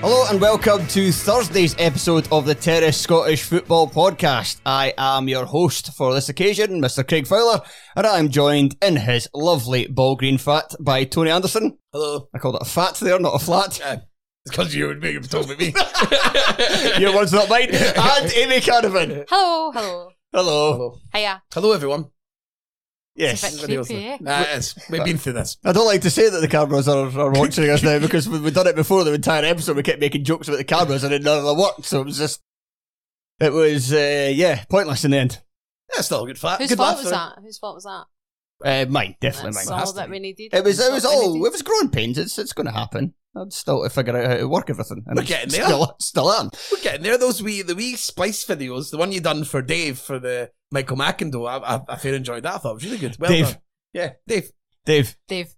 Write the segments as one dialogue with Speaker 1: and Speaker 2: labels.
Speaker 1: Hello and welcome to Thursday's episode of the Terrace Scottish Football Podcast. I am your host for this occasion, Mr. Craig Fowler, and I'm joined in his lovely ball green fat by Tony Anderson.
Speaker 2: Hello.
Speaker 1: I called it a fat there, not a flat.
Speaker 2: Because you would make him talk about me.
Speaker 1: Your one's not mine. And Amy Canavan.
Speaker 3: Hello, hello.
Speaker 1: Hello.
Speaker 3: Hiya.
Speaker 2: Hello, everyone.
Speaker 3: It's
Speaker 1: Yes.
Speaker 3: a bit creepy, eh?
Speaker 2: Nah, it is. We've been through this.
Speaker 1: I don't like to say that the cameras are, are watching us now because we- we've done it before the entire episode. We kept making jokes about the cameras and it none of them worked, so it was just. It was, uh, yeah, pointless in the end.
Speaker 2: That's not a good fact.
Speaker 3: Whose
Speaker 2: good
Speaker 3: fault
Speaker 2: laugh,
Speaker 3: was
Speaker 2: sorry.
Speaker 3: that? Whose fault was that?
Speaker 1: Uh, mine, definitely
Speaker 3: That's
Speaker 1: mine.
Speaker 3: all
Speaker 2: has to
Speaker 3: that
Speaker 2: be.
Speaker 3: we needed.
Speaker 1: It was.
Speaker 3: That's
Speaker 1: It
Speaker 3: all
Speaker 1: was
Speaker 3: we
Speaker 1: all.
Speaker 3: needed.
Speaker 1: It was growing pains. It's. It's going to happen. I'd still have to figure out how to work everything. And
Speaker 2: We're getting there.
Speaker 1: Still, still am.
Speaker 2: We're getting there. Those wee, the wee spice videos, the one you done for Dave for the Michael McIndoe, I, I, I fair enjoyed that. I thought it was really good. Well
Speaker 1: Dave.
Speaker 2: done. Yeah, Dave.
Speaker 1: Dave,
Speaker 3: Dave.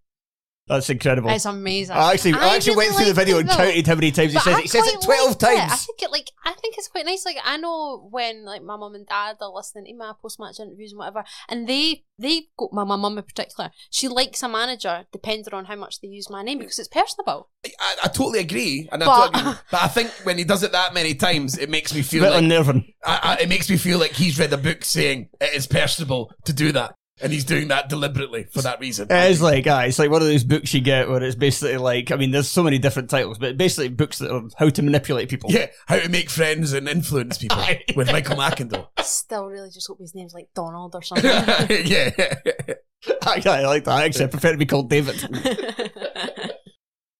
Speaker 1: that's incredible.
Speaker 3: It's amazing.
Speaker 1: I actually, I, actually
Speaker 3: really
Speaker 1: went through the
Speaker 3: liked
Speaker 1: video
Speaker 3: it,
Speaker 1: and
Speaker 3: though.
Speaker 1: counted how many times he
Speaker 3: But
Speaker 1: says
Speaker 3: I
Speaker 1: it. He says it
Speaker 3: quite
Speaker 1: twelve
Speaker 3: liked it. I
Speaker 1: times.
Speaker 3: think it like I think it's quite nice. Like I know when like my mum and dad are listening to my post match interviews and whatever, and they they go my my mum in particular. She likes a manager depending on how much they use my name because it's personable.
Speaker 2: I, I totally agree, and I
Speaker 3: But-
Speaker 2: totally agree. but I think when he does it that many times, it makes me
Speaker 1: It's a
Speaker 2: feel
Speaker 1: bit
Speaker 2: like
Speaker 1: unnerving.
Speaker 2: I, I, it makes me feel like he's read a book saying it is personable to do that, and he's doing that deliberately for that reason.
Speaker 1: It is like, ah, it's like one of those books you get where it's basically like, I mean, there's so many different titles, but basically books that are how to manipulate people.
Speaker 2: yeah, how to make friends and influence people with Michael McIndoe.
Speaker 3: Still, really just hope his name's like Donald or something.
Speaker 2: yeah.
Speaker 1: I, I like that. Actually, I prefer to be called David.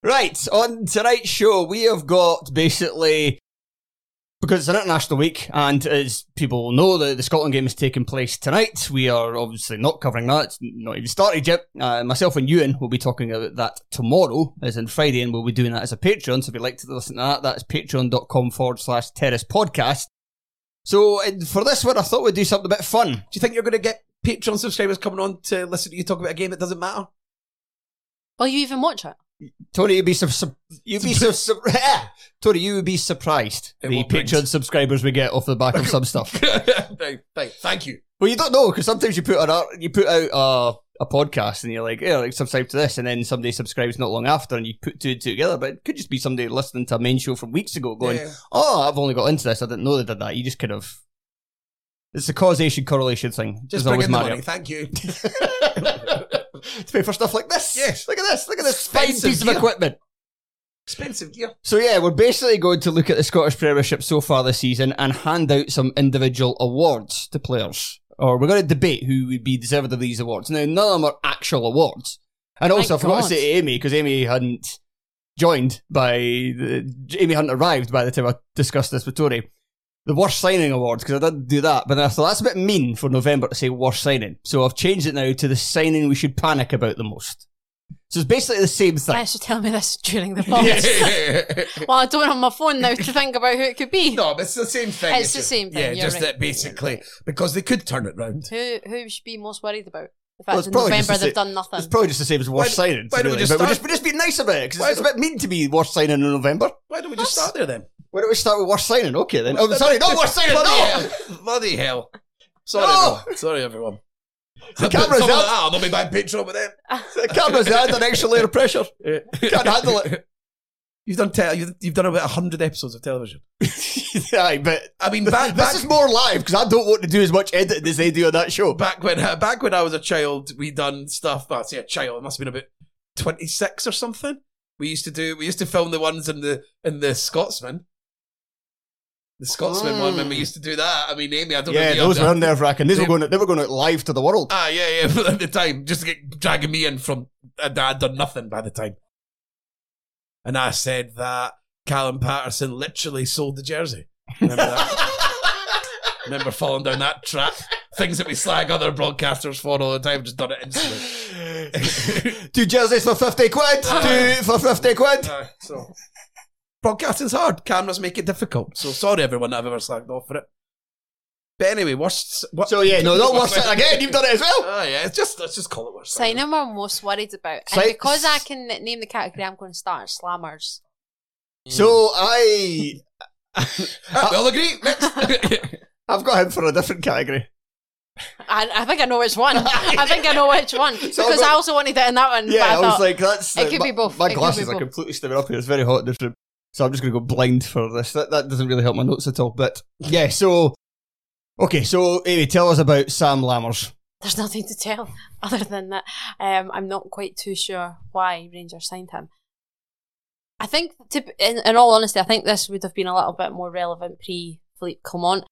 Speaker 1: Right, on tonight's show, we have got basically. Because it's an international week, and as people will know, the, the Scotland game is taking place tonight. We are obviously not covering that, it's not even started yet. Uh, myself and Ewan will be talking about that tomorrow, as in Friday, and we'll be doing that as a Patreon. So if you'd like to listen to that, that's patreon.com forward slash terrace podcast. So and for this one, I thought we'd do something a bit fun.
Speaker 2: Do you think you're going to get Patreon subscribers coming on to listen to you talk about a game that doesn't matter?
Speaker 3: Will you even watch it?
Speaker 1: Tony, you'd be sur- sur- you'd be sur- sur- Tony, you would be surprised
Speaker 2: At
Speaker 1: the
Speaker 2: what brings-
Speaker 1: Patreon subscribers we get off the back of some stuff.
Speaker 2: thank, thank, thank you.
Speaker 1: Well, you don't know because sometimes you put an art, you put out a a podcast and you're like, yeah, like subscribe to this, and then somebody subscribes not long after, and you put two and two together. But it could just be somebody listening to a main show from weeks ago going,
Speaker 2: Yeah.
Speaker 1: oh, I've only got into this. I didn't know they did that. You just kind of. It's the causation correlation thing. There's
Speaker 2: Just bring
Speaker 1: always
Speaker 2: in the
Speaker 1: Mario.
Speaker 2: money. Thank you.
Speaker 1: to pay for stuff like this.
Speaker 2: Yes.
Speaker 1: Look at this. Look at this fine
Speaker 2: Expensive
Speaker 1: piece of
Speaker 2: gear.
Speaker 1: equipment.
Speaker 2: Expensive gear.
Speaker 1: So yeah, we're basically going to look at the Scottish Premiership so far this season and hand out some individual awards to players, or we're going to debate who would be deserving of these awards. Now, none of them are actual awards, and also I
Speaker 3: Thank
Speaker 1: forgot to
Speaker 3: God.
Speaker 1: say to Amy because Amy hadn't joined by the, Jamie Hunt arrived by the time I discussed this with Tory. The worst signing award because I didn't do that, but then I thought that's a bit mean for November to say worst signing. So I've changed it now to the signing we should panic about the most. So it's basically the same thing.
Speaker 3: I should tell me this during the box. well, I don't have my phone now to think about who it could be.
Speaker 2: no, but it's the same thing.
Speaker 3: It's the same thing,
Speaker 2: Yeah,
Speaker 3: you're
Speaker 2: just
Speaker 3: right.
Speaker 2: that basically because they could turn it round.
Speaker 3: Who who should be most worried about? The fact
Speaker 1: Well,
Speaker 3: in
Speaker 1: probably just
Speaker 3: November
Speaker 1: the
Speaker 3: they've
Speaker 1: sa-
Speaker 3: done nothing.
Speaker 1: It's probably just the same as worst
Speaker 2: Why-
Speaker 1: signing.
Speaker 2: why don't we
Speaker 1: really,
Speaker 2: just
Speaker 1: but we're
Speaker 2: start-
Speaker 1: just, we're just being nice about it because
Speaker 2: Why
Speaker 1: it's a bit mean to be worst signing in November.
Speaker 2: Why don't we just start there then?
Speaker 1: Why don't we start with worst signing? Okay then. Oh, sorry, not worst signing. No,
Speaker 2: Bloody hell. Bloody hell. Sorry,
Speaker 1: No.
Speaker 2: everyone. Sorry, everyone.
Speaker 1: The camera's
Speaker 2: Some of
Speaker 1: out.
Speaker 2: that, I'll not be back Patreon with them.
Speaker 1: the cameras add an extra layer of pressure. Can't handle it.
Speaker 2: You've done te- you've, you've done about hundred episodes of television.
Speaker 1: Aye, but
Speaker 2: I mean, back
Speaker 1: this
Speaker 2: back,
Speaker 1: is more live because I don't want to do as much editing as they do on that show.
Speaker 2: back when uh, back when I was a child, we done stuff. Well, I say a child, I must have been about twenty six or something. We used to do. We used to film the ones in the in the Scotsman. The Scotsman one when we used to do that. I mean, Amy, I don't know.
Speaker 1: Mm. yeah,
Speaker 2: if you
Speaker 1: those
Speaker 2: had
Speaker 1: were
Speaker 2: that.
Speaker 1: nerve wracking. These were
Speaker 2: They-
Speaker 1: going. They were going out live to the world.
Speaker 2: Ah, yeah, yeah. But at the time, just to get dragging me in from, and I'd done nothing by the time. And I said that Callum Patterson literally sold the jersey. Remember that? Remember falling down that trap? Things that we slag other broadcasters for all the time, just done it instantly.
Speaker 1: Two jerseys for fifty quid. Two for fifty quid.
Speaker 2: Aye, so. Broadcasting's hard. Cameras make it difficult. So sorry, everyone, that I've ever slagged off for it. But anyway, worst. What,
Speaker 1: So yeah, no, not worst signing again. You've done it as well.
Speaker 2: Ah, yeah. It's just let's just call it worst.
Speaker 3: Sign him I'm most worried about. And
Speaker 1: Sign-
Speaker 3: because I can name the category, I'm going to start slammers.
Speaker 1: So I,
Speaker 2: Ah, we all agree. Next.
Speaker 1: I've got him for a different category.
Speaker 3: I, I think I know which one. I think I know which one because
Speaker 1: I'll go-
Speaker 3: I also wanted it in that one.
Speaker 1: Yeah,
Speaker 3: but I,
Speaker 1: I, was
Speaker 3: thought-
Speaker 1: like, that's.
Speaker 3: it
Speaker 1: uh,
Speaker 3: could
Speaker 1: my,
Speaker 3: be both. It
Speaker 1: My
Speaker 3: could
Speaker 1: glasses
Speaker 3: be
Speaker 1: are
Speaker 3: both.
Speaker 1: completely stimming up here. It's very hot in this room. So I'm just going to go blind for this. That, that doesn't really help my notes at all. But yeah, so. Okay, so Amy, tell us about Sam Lammers.
Speaker 3: there's nothing to tell other than that. Um, I'm not quite too sure why Rangers signed him. I think, to, in, in all honesty, I think this would have been a little bit more relevant pre Philippe Clement.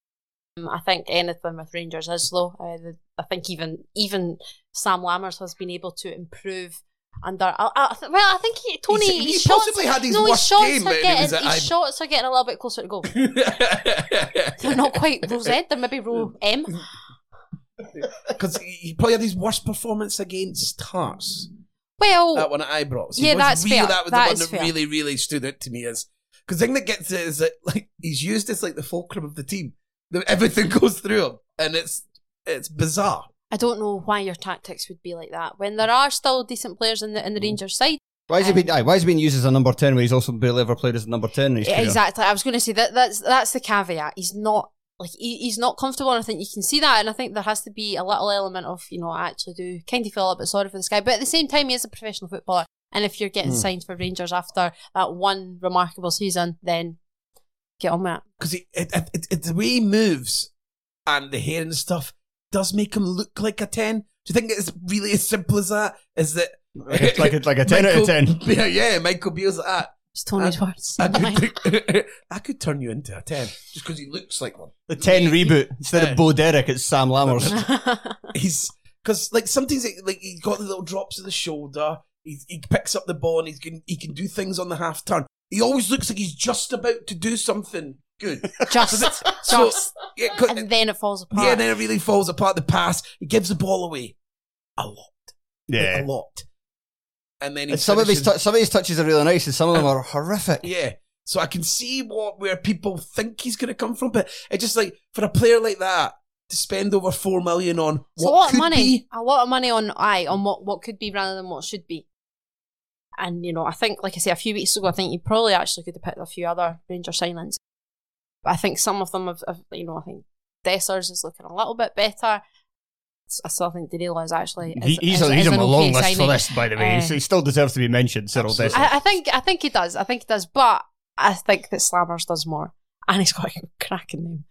Speaker 3: Um, I think anything with Rangers is though. Uh, the, I think even even Sam Lammers has been able to improve under. I, I, th- well, I think he, Tony.
Speaker 2: He's- he
Speaker 3: his shots-
Speaker 2: possibly had his
Speaker 3: no,
Speaker 2: worst
Speaker 3: his shots
Speaker 2: game
Speaker 3: are
Speaker 2: when he
Speaker 3: getting,
Speaker 2: was at-
Speaker 3: his
Speaker 2: I-
Speaker 3: shots are getting a little bit closer to goal. They're not quite row Z. They're maybe
Speaker 2: Mm.
Speaker 3: row M.
Speaker 2: Because he probably had his worst performance against Hearts.
Speaker 3: Well,
Speaker 2: That one at Ibrox. He
Speaker 3: Oh. Yeah,
Speaker 2: was
Speaker 3: that's
Speaker 2: really,
Speaker 3: fair.
Speaker 2: That was
Speaker 3: That
Speaker 2: the one
Speaker 3: is
Speaker 2: that
Speaker 3: fair.
Speaker 2: really, really stood out to me is because the thing that gets it is that like he's used as like the fulcrum of the team. The- Everything goes through him, and it's it's bizarre.
Speaker 3: I don't know why your tactics would be like that when there are still decent players in the
Speaker 2: Mm.
Speaker 3: in the Rangers side.
Speaker 1: Why has he been? Aye, why has he been used as a number ten when he's also barely ever played as a number ten? In his career?
Speaker 3: Exactly. I was going to say that that's that's the caveat. He's not like he, he's not comfortable, and I think you can see that. And I think there has to be a little element of you know I actually do kind of feel a little bit sorry for this guy, but at the same time, he is a professional footballer. And if you're
Speaker 2: Mm.
Speaker 3: getting signed for Rangers after that one remarkable season, then get on with it.
Speaker 2: because it, it, it, it, the way he moves and the hair and stuff does make him look like a 10. Do you think it's really as simple as that? Is that
Speaker 1: Like a- like a- like a 10 out of
Speaker 2: Michael- Yeah, yeah, Michael Beale's like ah, that.
Speaker 3: It's Tony's words.
Speaker 2: I
Speaker 3: not mine.
Speaker 2: could, I could turn you into a 10 just because he looks like one.
Speaker 1: The ten reboot instead of Bo Derek, it's Sam Lammers.
Speaker 2: He's because like sometimes it, like he's got the little drops of the shoulder. He, he picks up the ball and he can he can do things on the half turn. He always looks like he's just about to do something good.
Speaker 3: just,
Speaker 2: So-
Speaker 3: just,
Speaker 2: yeah, 'cause-
Speaker 3: and then it falls apart.
Speaker 2: Yeah, and then it really falls apart. The pass, he gives the ball away a lot,
Speaker 1: yeah,
Speaker 2: a lot. And then he
Speaker 1: And some of his
Speaker 2: finishes-
Speaker 1: tou- some of his touches are really nice, and some of them are horrific.
Speaker 2: yeah. So I can see what where people think he's going to come from, but it's just like for a player like that to spend over four million on
Speaker 3: It's
Speaker 2: what
Speaker 3: a lot of
Speaker 2: could
Speaker 3: money.
Speaker 2: be-
Speaker 3: A lot of money on aye, on what, what could be rather than what should be. And you know, I think, like I say, a few weeks ago, I think you probably actually could have picked a few other Ranger signings. But I think some of them have, have you know, I think Dessers is looking a little bit better. S- I still think Danilo is actually. Is,
Speaker 1: He- he's
Speaker 3: is,
Speaker 1: on, he's
Speaker 3: is
Speaker 1: on
Speaker 3: an
Speaker 1: a long
Speaker 3: okay
Speaker 1: list for
Speaker 3: signing.
Speaker 1: this, by the way.
Speaker 3: Uh,
Speaker 1: He's- he still deserves to be mentioned, Cyril
Speaker 2: Absolutely.
Speaker 1: Dessers.
Speaker 3: I, I think I think he does. I think he does. But I think that Slammers does more, and he's got a cracking name.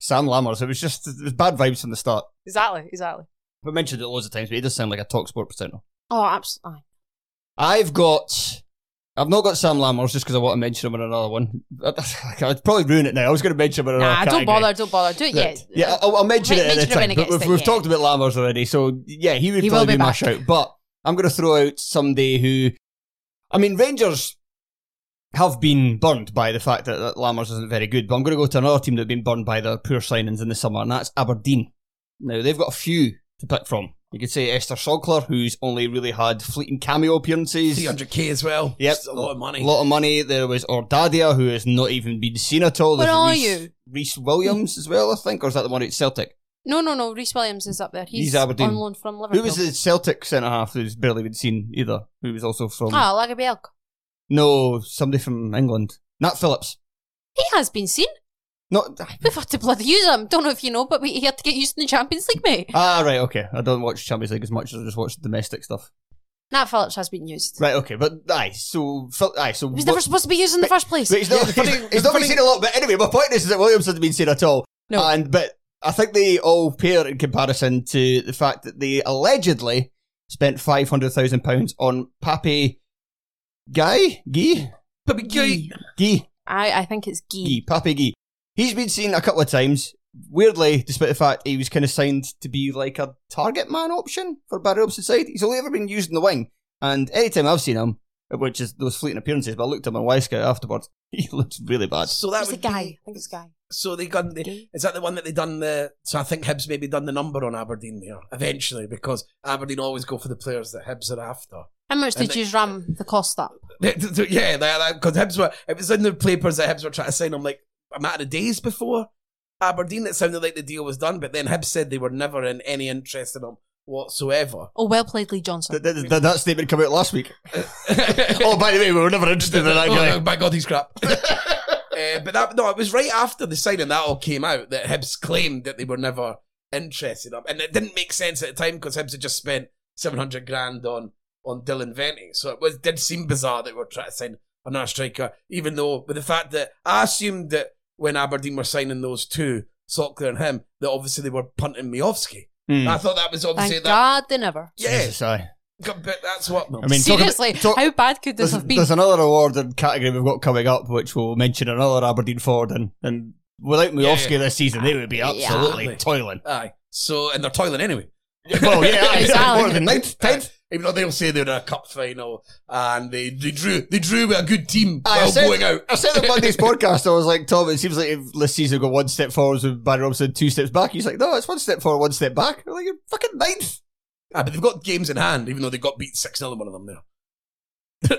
Speaker 1: Sam Lammers. It was just it was bad vibes from the start.
Speaker 3: Exactly. Exactly.
Speaker 1: We mentioned it loads of times, but he does sound like a talk sport presenter.
Speaker 3: Oh, absolutely.
Speaker 1: I've got. I've not got Sam Lammers just because I want to mention him in another one. I'd probably ruin it now. I was going to mention him in another
Speaker 3: Nah, don't
Speaker 1: category.
Speaker 3: bother. Don't bother. Do it
Speaker 1: Uh, Yeah,
Speaker 3: yet.
Speaker 1: Yeah, I'll, I'll mention
Speaker 3: Men-
Speaker 1: it at
Speaker 3: mention
Speaker 1: the
Speaker 3: it when
Speaker 1: time.
Speaker 3: it
Speaker 1: But
Speaker 3: gets
Speaker 1: we've,
Speaker 3: there,
Speaker 1: we've
Speaker 3: yeah.
Speaker 1: talked about Lammers already, so yeah, he would
Speaker 3: He will
Speaker 1: probably
Speaker 3: be
Speaker 1: mash
Speaker 3: back.
Speaker 1: out. But I'm going to throw out somebody who I mean, Rangers have been burned by the fact that, that Lammers isn't very good, but I'm going to go to another team that have been burned by their poor signings in the summer, and that's Aberdeen. Now, they've got a few to pick from. You could say Esther Sogler, who's only really had fleeting cameo appearances.
Speaker 2: 300k as well.
Speaker 1: Yep.
Speaker 2: It's a lot of money.
Speaker 1: A lot of money. There was Ordadia, who has not even been seen at all.
Speaker 3: Where
Speaker 1: There's
Speaker 3: are
Speaker 1: Reece-
Speaker 3: you?
Speaker 1: Reece Williams as well, I think, or is that the one at Celtic?
Speaker 3: No, no, no. Reese Williams is up there. He's,
Speaker 1: He's Aberdeen.
Speaker 3: on loan from Liverpool.
Speaker 1: Who was the Celtic centre half who's barely been seen either? Who was also from
Speaker 3: Ah, Lagerbielk.
Speaker 1: no somebody from England? Nat Phillips.
Speaker 3: He has been seen.
Speaker 1: Not
Speaker 3: We've had to bloody use him. Don't know if you know, but we, he had to get used in the Champions League, mate.
Speaker 1: ah right okay. I don't watch Champions League as much as I just watch domestic stuff.
Speaker 3: Nat Phillips has been used.
Speaker 1: Right okay, but aye so Phil- aye so
Speaker 3: He was never
Speaker 1: what-
Speaker 3: supposed to be used in the first place.
Speaker 1: But he's not,
Speaker 2: Yeah.
Speaker 1: he's, he's not been
Speaker 2: Funny-
Speaker 1: seen a lot. But anyway, my point is that Williams hasn't been seen at all.
Speaker 3: No.
Speaker 1: And but I think they all pair in comparison to the fact that they allegedly spent five hundred thousand pounds on Pape Guy Guy
Speaker 2: But
Speaker 3: Gee.
Speaker 1: Guy
Speaker 3: I, I think it's Gee.
Speaker 1: Guy Pape Guy. He's been seen a couple of times. Weirdly, despite the fact he was kind of signed to be like a target man option for Barry Robson side, he's only ever been used in the wing. And any time I've seen him, which is those fleeting appearances, but I looked at my Y Scout afterwards, he looks really bad.
Speaker 2: so that
Speaker 3: It's a
Speaker 2: would
Speaker 3: guy.
Speaker 2: be-
Speaker 3: I think it's Guy.
Speaker 2: so they done the, is that the one that they done the so I think Hibs maybe done the number on Aberdeen there eventually because Aberdeen always go for the players that Hibs are after.
Speaker 3: How much
Speaker 2: And
Speaker 3: did
Speaker 2: they-
Speaker 3: you ram the cost up?
Speaker 2: yeah, because Hibs were it was in the papers that Hibs were trying to sign him like a matter of days before Aberdeen. It sounded like the deal was done, but then Hibs said they were never in any interest in him whatsoever.
Speaker 3: Oh, well played, Lee
Speaker 1: Th-
Speaker 3: Johnson.
Speaker 1: th- th- That, statement came out last week. oh, by the way, we were never interested in that
Speaker 2: Oh,
Speaker 1: guy.
Speaker 2: no, by God, he's crap. Uh, but that, no, it was right after the signing that all came out that Hibs claimed that they were never interested in him, and it didn't make sense at the time because Hibs had just spent seven hundred grand on on Dylan Venty, so it was did seem bizarre that we were trying to sign another striker, even though with the fact that I assumed that when Aberdeen were signing those two, Sockler and him, that obviously they were punting Miovsky.
Speaker 1: Hmm.
Speaker 2: I thought that was obviously
Speaker 3: Thank
Speaker 2: that.
Speaker 3: God they never.
Speaker 2: Yeah,
Speaker 1: Jesus, aye.
Speaker 2: but that's what.
Speaker 1: I mean, talk about-
Speaker 3: Seriously,
Speaker 1: talk-
Speaker 3: how bad could this
Speaker 1: there's,
Speaker 3: have been?
Speaker 1: there's another award and category we've got coming up, which will mention another Aberdeen forward, and, and without Miovsky
Speaker 2: yeah.
Speaker 1: this season, they would be absolutely
Speaker 2: Absolutely.
Speaker 1: toiling.
Speaker 2: Aye. So, and they're toiling anyway.
Speaker 1: well, yeah, aye,
Speaker 3: Exactly.
Speaker 1: more than ninth, tenth.
Speaker 2: uh, Even though they'll say they're in a cup final and they, they drew they drew with a good team
Speaker 1: Aye,
Speaker 2: while going out.
Speaker 1: I said on Monday's podcast, I was like, Tom, it seems like if this season got one step forward with Barry Robson, two steps back. He's like, no, it's one step forward, one step back. I'm like, you're fucking ninth.
Speaker 2: Ah, but they've got games in hand, even though they got beat 6 0 in one of them there.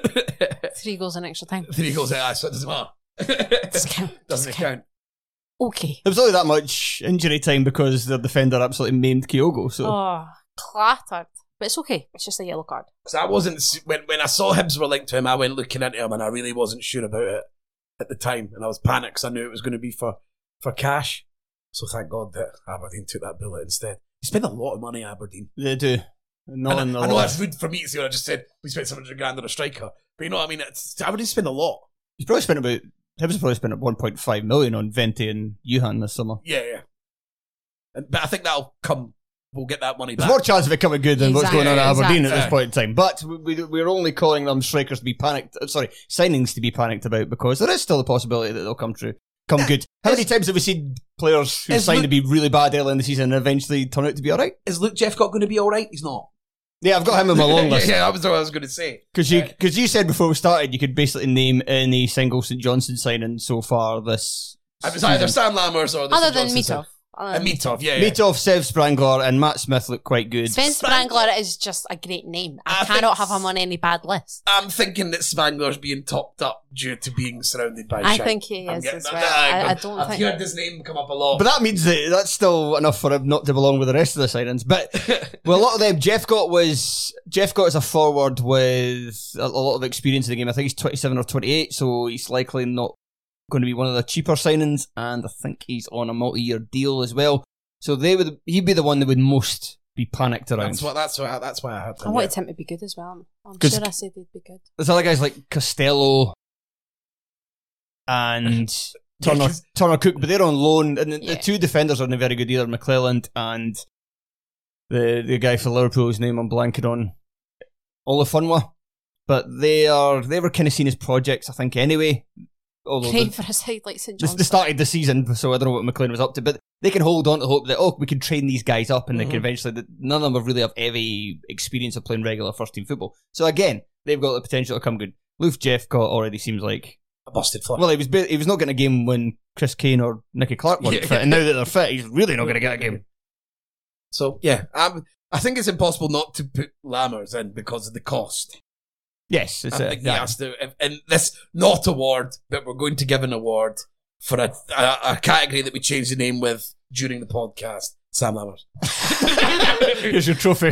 Speaker 3: Three goals in extra time.
Speaker 2: Three goals out, so it doesn't matter.
Speaker 3: Doesn't count.
Speaker 2: doesn't
Speaker 3: Doesn't count.
Speaker 2: count.
Speaker 3: Okay.
Speaker 1: There was only that much injury time because the defender absolutely maimed Kyogo. So
Speaker 3: Oh, clattered. But it's okay. It's just a yellow card.
Speaker 2: Because I wasn't, s- when, when I saw Hibs were linked to him, I went looking into him and I really wasn't sure about it at the time. And I was panicked 'cause I knew it was going to be for, for cash. So thank God that Aberdeen took that bullet instead. They spent a lot of money, Aberdeen.
Speaker 1: they do. Not
Speaker 2: And
Speaker 1: in the
Speaker 2: I, I know
Speaker 1: lot.
Speaker 2: that's rude for me to say when I just said we spent 700 grand on a striker, but you know what I mean? It's, I would spend a lot.
Speaker 1: He's probably spent about Hibs probably spent about one point five million on Venti and Yuhan this summer.
Speaker 2: Yeah, yeah. And, but I think that'll come. We'll get that money
Speaker 1: There's
Speaker 2: back.
Speaker 1: more chance of it coming good than what's
Speaker 3: Exactly,
Speaker 1: going on at Aberdeen at
Speaker 2: exactly.
Speaker 1: this point in time. But we, we- we're only calling them strikers to be panicked. uh, Sorry, signings to be panicked about because there is still the possibility that they'll come true, come good. How many times have we seen players who
Speaker 2: it's
Speaker 1: signed
Speaker 2: look-
Speaker 1: to be really bad early in the season and eventually turn out to be all right?
Speaker 2: Is Luke Jeffcott going to be all right? He's not.
Speaker 1: Yeah, I've got him on my long list.
Speaker 2: yeah, yeah, that was what I was going to say.
Speaker 1: Because you, because you said before we started, you could basically name any single St Johnson signing so far this.
Speaker 2: It was either
Speaker 1: season.
Speaker 2: Sam Lammers or the St.
Speaker 3: Other than Um,
Speaker 2: Johnson
Speaker 3: Mitov. Other
Speaker 2: side.
Speaker 3: than
Speaker 2: And Mitov, yeah. yeah.
Speaker 1: Mitov, Sev Sprangler, and Matt Smith look quite good.
Speaker 3: Sven Sprangler is just a great name. I,
Speaker 2: I think-
Speaker 3: cannot have him on any bad list.
Speaker 2: I'm thinking that Spangler's being topped up due to being surrounded by
Speaker 3: I
Speaker 2: shite.
Speaker 3: think he
Speaker 2: I'm
Speaker 3: is
Speaker 2: getting-
Speaker 3: as well. I, I don't
Speaker 2: I've
Speaker 3: think.
Speaker 2: heard his name come up a lot.
Speaker 1: But that means that that's still enough for him not to belong with the rest of the signings. But well, a lot of them, Jeff Gott was Jeff Gott is a forward with a, a lot of experience in the game. I think he's twenty seven or twenty eight, so he's likely not going to be one of the cheaper signings. And I think he's on a multi year deal as well. So they would he'd be the one that would most be panicked around.
Speaker 2: that's what. That's what. That's why I had.
Speaker 3: I
Speaker 2: him,
Speaker 3: wanted him to be good as well. I'm
Speaker 1: 'Cause-
Speaker 3: sure I said he'd be good.
Speaker 1: There's other guys like Costello and Turner
Speaker 2: Yeah, 'cause-
Speaker 1: Turner Cook, but they're on loan, and the, the
Speaker 3: Yeah.
Speaker 1: two defenders aren't very good either. McClelland and the the guy for Liverpool whose name I'm blanking on, Olafunwa. But they are they were kind of seen as projects, I think, anyway. Although
Speaker 3: Great
Speaker 1: they,
Speaker 3: for a side like St.
Speaker 1: they
Speaker 3: John's.
Speaker 1: they started the season, so I don't know what McLean was up to, but they can hold on to hope that oh, we can train these guys up, and they
Speaker 2: Mhm.
Speaker 1: can eventually. that None of them have really have heavy experience of playing regular first team football, so again, they've got the potential to come good. Luke Jeffcott already seems like
Speaker 2: A busted flop.
Speaker 1: well, he was ba- he was not going to game when Chris Kane or Nicky Clark weren't
Speaker 2: Yeah.
Speaker 1: fit, and now that they're fit, he's really not going to get a game.
Speaker 2: so yeah, i I think it's impossible not to put Lammers in because of the cost.
Speaker 1: Yes, it's
Speaker 2: I
Speaker 1: a-
Speaker 2: think he
Speaker 1: yeah.
Speaker 2: has to. if- In this not award, but we're going to give an award for a, a, a category that we changed the name with during the podcast. Sam Lammers.
Speaker 1: Here's your trophy.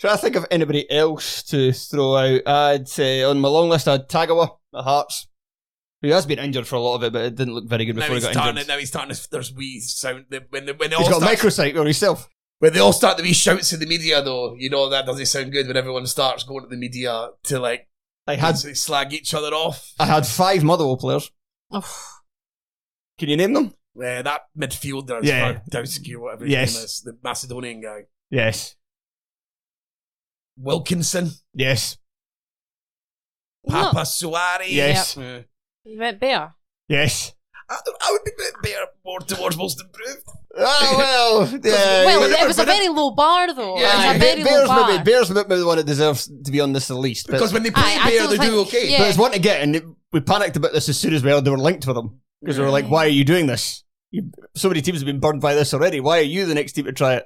Speaker 1: Trying to think of anybody else to throw out. I'd say on my long list, I'd Tagawa, the Hearts, who has been injured for a lot of it, but it didn't look very good
Speaker 2: now
Speaker 1: before he
Speaker 2: he's
Speaker 1: got
Speaker 2: starting.
Speaker 1: injured.
Speaker 2: it- Now he's starting. To, there's wee sound the- when they, when they
Speaker 1: He's
Speaker 2: all
Speaker 1: got a
Speaker 2: start,
Speaker 1: microsite on himself.
Speaker 2: when they all start the wee shouts in the media though. You know that doesn't sound good when everyone starts going to the media to like
Speaker 1: I had
Speaker 2: basically slag each other off.
Speaker 1: I had five Motherwell players. Can you name them?
Speaker 2: Yeah, that midfielder,
Speaker 1: Yeah.
Speaker 2: yeah, Dowski, whatever his
Speaker 1: Yes.
Speaker 2: name is, the Macedonian guy,
Speaker 1: Yes.
Speaker 2: Wilkinson,
Speaker 1: Yes.
Speaker 2: Papa
Speaker 3: Look,
Speaker 2: Suarez.
Speaker 1: Yes.
Speaker 2: Yeah.
Speaker 3: you went bare.
Speaker 1: Yes.
Speaker 2: I, I would be a bit better more towards most improved.
Speaker 1: Oh well. Yeah.
Speaker 3: well,
Speaker 2: yeah,
Speaker 3: it was a
Speaker 2: but it-
Speaker 3: very low bar, though.
Speaker 2: Yeah,
Speaker 3: it was
Speaker 2: yeah.
Speaker 3: a very
Speaker 1: Bears,
Speaker 3: low bar.
Speaker 1: maybe, Bears maybe the one that deserves to be on this the least. But,
Speaker 2: Because when they play
Speaker 3: Aye, I
Speaker 2: Bear,
Speaker 3: don't
Speaker 2: they do
Speaker 3: think-
Speaker 2: okay.
Speaker 3: yeah.
Speaker 1: but it's one to get, and it- we panicked about this as soon as we heard they were linked with them because we were
Speaker 3: Mm.
Speaker 1: like, "Why are you doing this? You, so many teams have been burned by this already. Why are you the next team to try it?"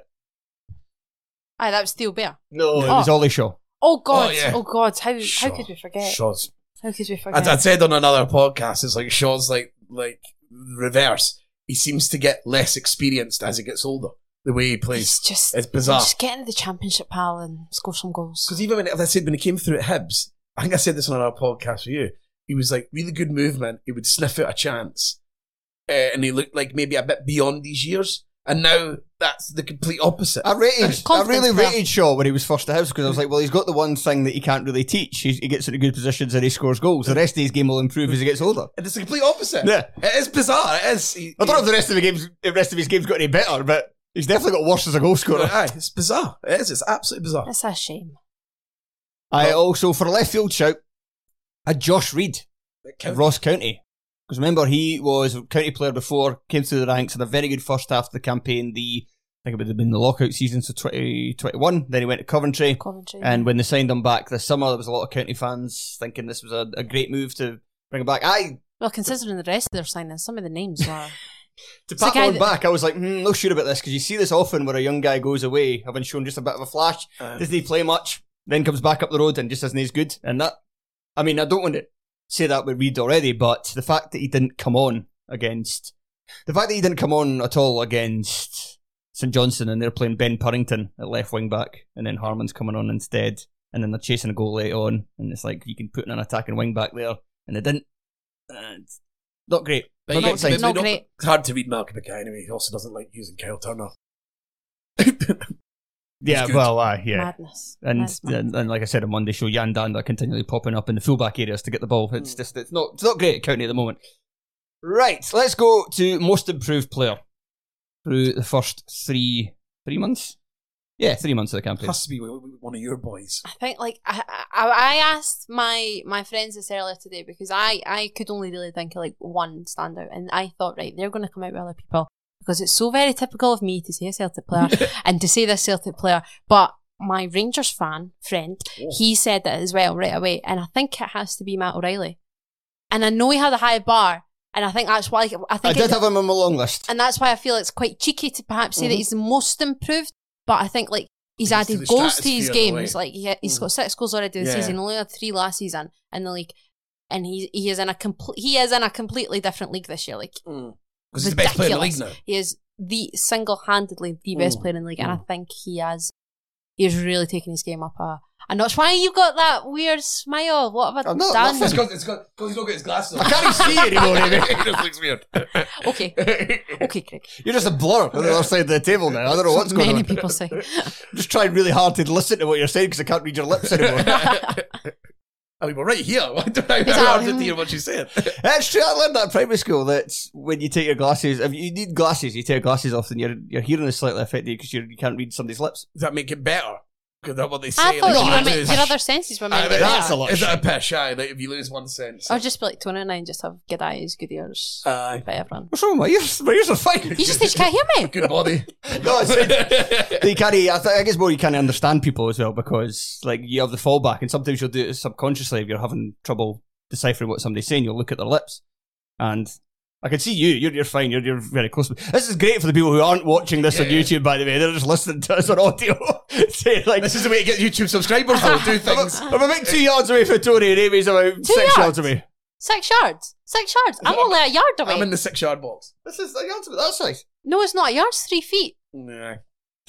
Speaker 3: Aye, that was Steel Bear.
Speaker 1: No, it was
Speaker 3: Oh.
Speaker 1: Ollie Shaw.
Speaker 3: Oh God! Oh,
Speaker 2: yeah.
Speaker 3: God! How
Speaker 2: Shaw.
Speaker 3: how could we forget?
Speaker 2: Shaw's.
Speaker 3: How could we
Speaker 2: I,
Speaker 3: forget?
Speaker 2: I said on another podcast, it's like Shaw's like like reverse. He seems to get less experienced as he gets older. The way he plays,
Speaker 3: He's just
Speaker 2: it's bizarre.
Speaker 3: Just get into the championship, pal, and score some goals.
Speaker 2: Because even when as I said when he came through at Hibs, I think I said this on another podcast for you. He was like really good movement. He would sniff out a chance, uh, and he looked like maybe a bit beyond his years. And now that's the complete opposite.
Speaker 1: I rated, I
Speaker 3: Confidence
Speaker 1: really
Speaker 3: player.
Speaker 1: rated Shaw when he was first at house because I was like, well, he's got the one thing that he can't really teach. He, he gets into good positions and he scores goals. The rest of his game will improve as he gets older.
Speaker 2: And it's the complete opposite.
Speaker 1: Yeah.
Speaker 2: It is bizarre. It is. He-
Speaker 1: I don't know if
Speaker 2: he-
Speaker 1: the rest of the games, if the rest of his game's got any better, but he's definitely got worse as a goal scorer.
Speaker 2: Aye, it's bizarre. It is. It's absolutely bizarre.
Speaker 3: That's a shame.
Speaker 1: I also, for a left field shout, had Josh Reid at Ross County. Because remember, he was a county player before, came through the ranks, had a very good first half of the campaign. The I think it would have been the lockout season, so 2021. then he went to Coventry.
Speaker 3: Coventry.
Speaker 1: And when they signed him back this summer, there was a lot of county fans thinking this was a, a great move to bring him back. I
Speaker 3: well, considering the rest of their signings, some of the names are.
Speaker 1: to
Speaker 3: It's the
Speaker 1: pat
Speaker 3: guy
Speaker 1: my own
Speaker 3: that-
Speaker 1: back, I was like, hmm, no sure about this because you see this often where a young guy goes away, having shown just a bit of a flash,
Speaker 2: Aye.
Speaker 1: doesn't he play much, then comes back up the road and just isn't as good. And that, I mean, I don't want to say that with Reed already, but the fact that he didn't come on against, the fact that he didn't come on at all against St Johnson and they're playing Ben Purrington at left wing back, and then Harmon's coming on instead, and then they're chasing a goal late on, and it's like you can put in an attacking wing back there, and they didn't. And it's not great.
Speaker 2: But
Speaker 1: Not
Speaker 2: you-
Speaker 1: great sign.
Speaker 2: but
Speaker 3: Not
Speaker 2: we don't-
Speaker 3: great.
Speaker 2: It's hard to read Malcolm McKay anyway. He also doesn't like using Kyle Turner.
Speaker 1: Yeah,
Speaker 2: good.
Speaker 1: well, uh, yeah.
Speaker 3: Madness.
Speaker 1: And,
Speaker 3: That's madness.
Speaker 1: and and like I said on Monday show, Yan Danda continually popping up in the fullback areas to get the ball. It's just it's not it's not great at County at the moment. Right, let's go to most improved player through the first three three months. Yeah, three months of the campaign.
Speaker 2: Has to be w- w- one of your boys.
Speaker 3: I think like I, I I asked my my friends this earlier today because I I could only really think of like one standout and I thought right they're going to come out with other people because it's so very typical of me to say a Celtic player and to say this Celtic player but my Rangers fan friend
Speaker 1: Oh.
Speaker 3: he said that as well right away and I think it has to be Matt O'Reilly and I know he had a high bar and I think that's why I
Speaker 1: I
Speaker 3: think
Speaker 1: did
Speaker 3: it-
Speaker 1: have him on my long list.
Speaker 3: and that's why I feel it's quite cheeky to perhaps say that he's the most improved. But I think like he's
Speaker 2: Mm-hmm. He's to
Speaker 3: added
Speaker 2: the
Speaker 3: goals to his
Speaker 2: stratosphere in a
Speaker 3: games.
Speaker 2: way.
Speaker 3: Like he, he's
Speaker 2: Mhm.
Speaker 3: got six goals already this
Speaker 2: Yeah.
Speaker 3: season. Only had three last season in the league, and he he is in a complete he is in a completely different league this year. Like
Speaker 2: Because he's the best player in the league
Speaker 3: ridiculous.
Speaker 2: now.
Speaker 3: He is the single handedly the best
Speaker 2: Mm.
Speaker 3: player in the league, and I think he has he has really taken his game up a, I'm not sure why you've got that weird smile. What have I
Speaker 1: I'm not- nothing.
Speaker 3: done?
Speaker 2: Because he's not got his glasses on.
Speaker 1: I can't see anymore, Amy.
Speaker 2: it just looks weird.
Speaker 3: okay, okay, Craig.
Speaker 1: You're just a blur on the other side of the table now. I don't know what's going
Speaker 3: Many
Speaker 1: on.
Speaker 3: people say.
Speaker 1: I'm just trying really hard to listen to what you're saying because I can't read your lips anymore.
Speaker 2: I mean, we're right here. Why don't I
Speaker 3: that-
Speaker 2: have to hear what you said?
Speaker 1: That's true. I learned that in primary school that when you take your glasses, if you need glasses, you take your glasses off, then your your hearing is slightly affected because you can't read somebodydy's lips.
Speaker 2: Does that make it better? Because that's what they say.
Speaker 3: I thought
Speaker 2: like,
Speaker 3: you
Speaker 2: I
Speaker 3: were meant,
Speaker 2: lose-
Speaker 3: your other senses were
Speaker 2: I
Speaker 3: meant to
Speaker 2: mean,
Speaker 3: be
Speaker 1: that's
Speaker 3: there.
Speaker 1: a lot
Speaker 2: Is
Speaker 1: of
Speaker 2: that a pish? Aye, like if you lose one sense.
Speaker 3: Or just be like Tony and I and just have good eyes, good ears,
Speaker 2: Aye.
Speaker 3: for everyone.
Speaker 1: What's wrong with my ears? My ears are fine.
Speaker 3: You just think you can't hear me.
Speaker 2: Good body.
Speaker 1: no, I said- you can't. I, th- I guess more you can't understand people as well because like you have the fallback, and sometimes you'll do it subconsciously if you're having trouble deciphering what somebody's saying. You'll look at their lips, and I can see you. You're you're fine. You're you're very close. This is great for the people who aren't watching this on
Speaker 2: Yeah.
Speaker 1: YouTube. By the way, they're just listening to us on audio. Say, like,
Speaker 2: This is the way to get YouTube subscribers. Though. Do
Speaker 1: I'm,
Speaker 2: things.
Speaker 1: a- I'm about two yards away from Tony, and Amy's about six yards,
Speaker 3: yards?
Speaker 1: away.
Speaker 3: Six yards. Six yards. I'm only a yard away.
Speaker 2: I'm in the six yard box.
Speaker 1: This is like ultimate that size.
Speaker 3: no, it's not. A yard's three feet.
Speaker 2: Nah.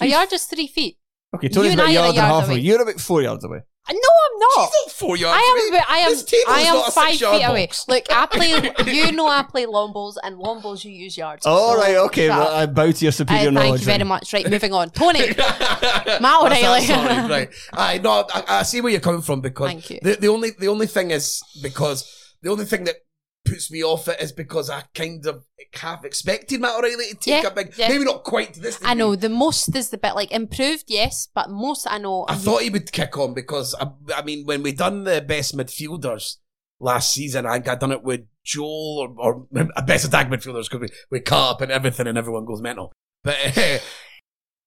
Speaker 3: A yard is three feet.
Speaker 1: Okay,
Speaker 3: You
Speaker 1: Tony's
Speaker 3: and
Speaker 1: about
Speaker 3: I
Speaker 1: a
Speaker 3: are
Speaker 1: yard, and a
Speaker 3: yard
Speaker 1: half away.
Speaker 3: away.
Speaker 1: You're about four yards away.
Speaker 3: Uh, No, I'm not.
Speaker 2: She's not four yards.
Speaker 3: I am.
Speaker 2: away.
Speaker 3: about- I am.
Speaker 2: This table
Speaker 3: I
Speaker 2: is
Speaker 3: am
Speaker 2: not a
Speaker 3: five
Speaker 2: six-yard
Speaker 3: feet away.
Speaker 2: box.
Speaker 3: Look, I play. you know, I play long balls, and long balls you use yards.
Speaker 1: All right, okay.
Speaker 3: shut
Speaker 1: Well,
Speaker 3: up.
Speaker 1: I bow to your
Speaker 3: Uh,
Speaker 1: superior
Speaker 3: thank
Speaker 1: knowledge.
Speaker 3: you
Speaker 1: then.
Speaker 3: very much. Right, moving on. Tony,
Speaker 2: Matt
Speaker 3: O'Reilly.
Speaker 2: Sorry, right. I no, I, I see where you're coming from because
Speaker 3: Thank you.
Speaker 2: the the only the only thing is because the only thing that puts me off it is because I kind of half expected Matt O'Reilly to take
Speaker 3: Yeah,
Speaker 2: a big,
Speaker 3: yeah.
Speaker 2: maybe not quite to this.
Speaker 3: I know
Speaker 2: degree.
Speaker 3: the most is the bit like improved, yes, but most I know.
Speaker 2: I thought he would kick on because I, I mean when we done the best midfielders last season, I think I done it with Joel or, or a best attack midfielders because we we cut up and everything and everyone goes mental, but.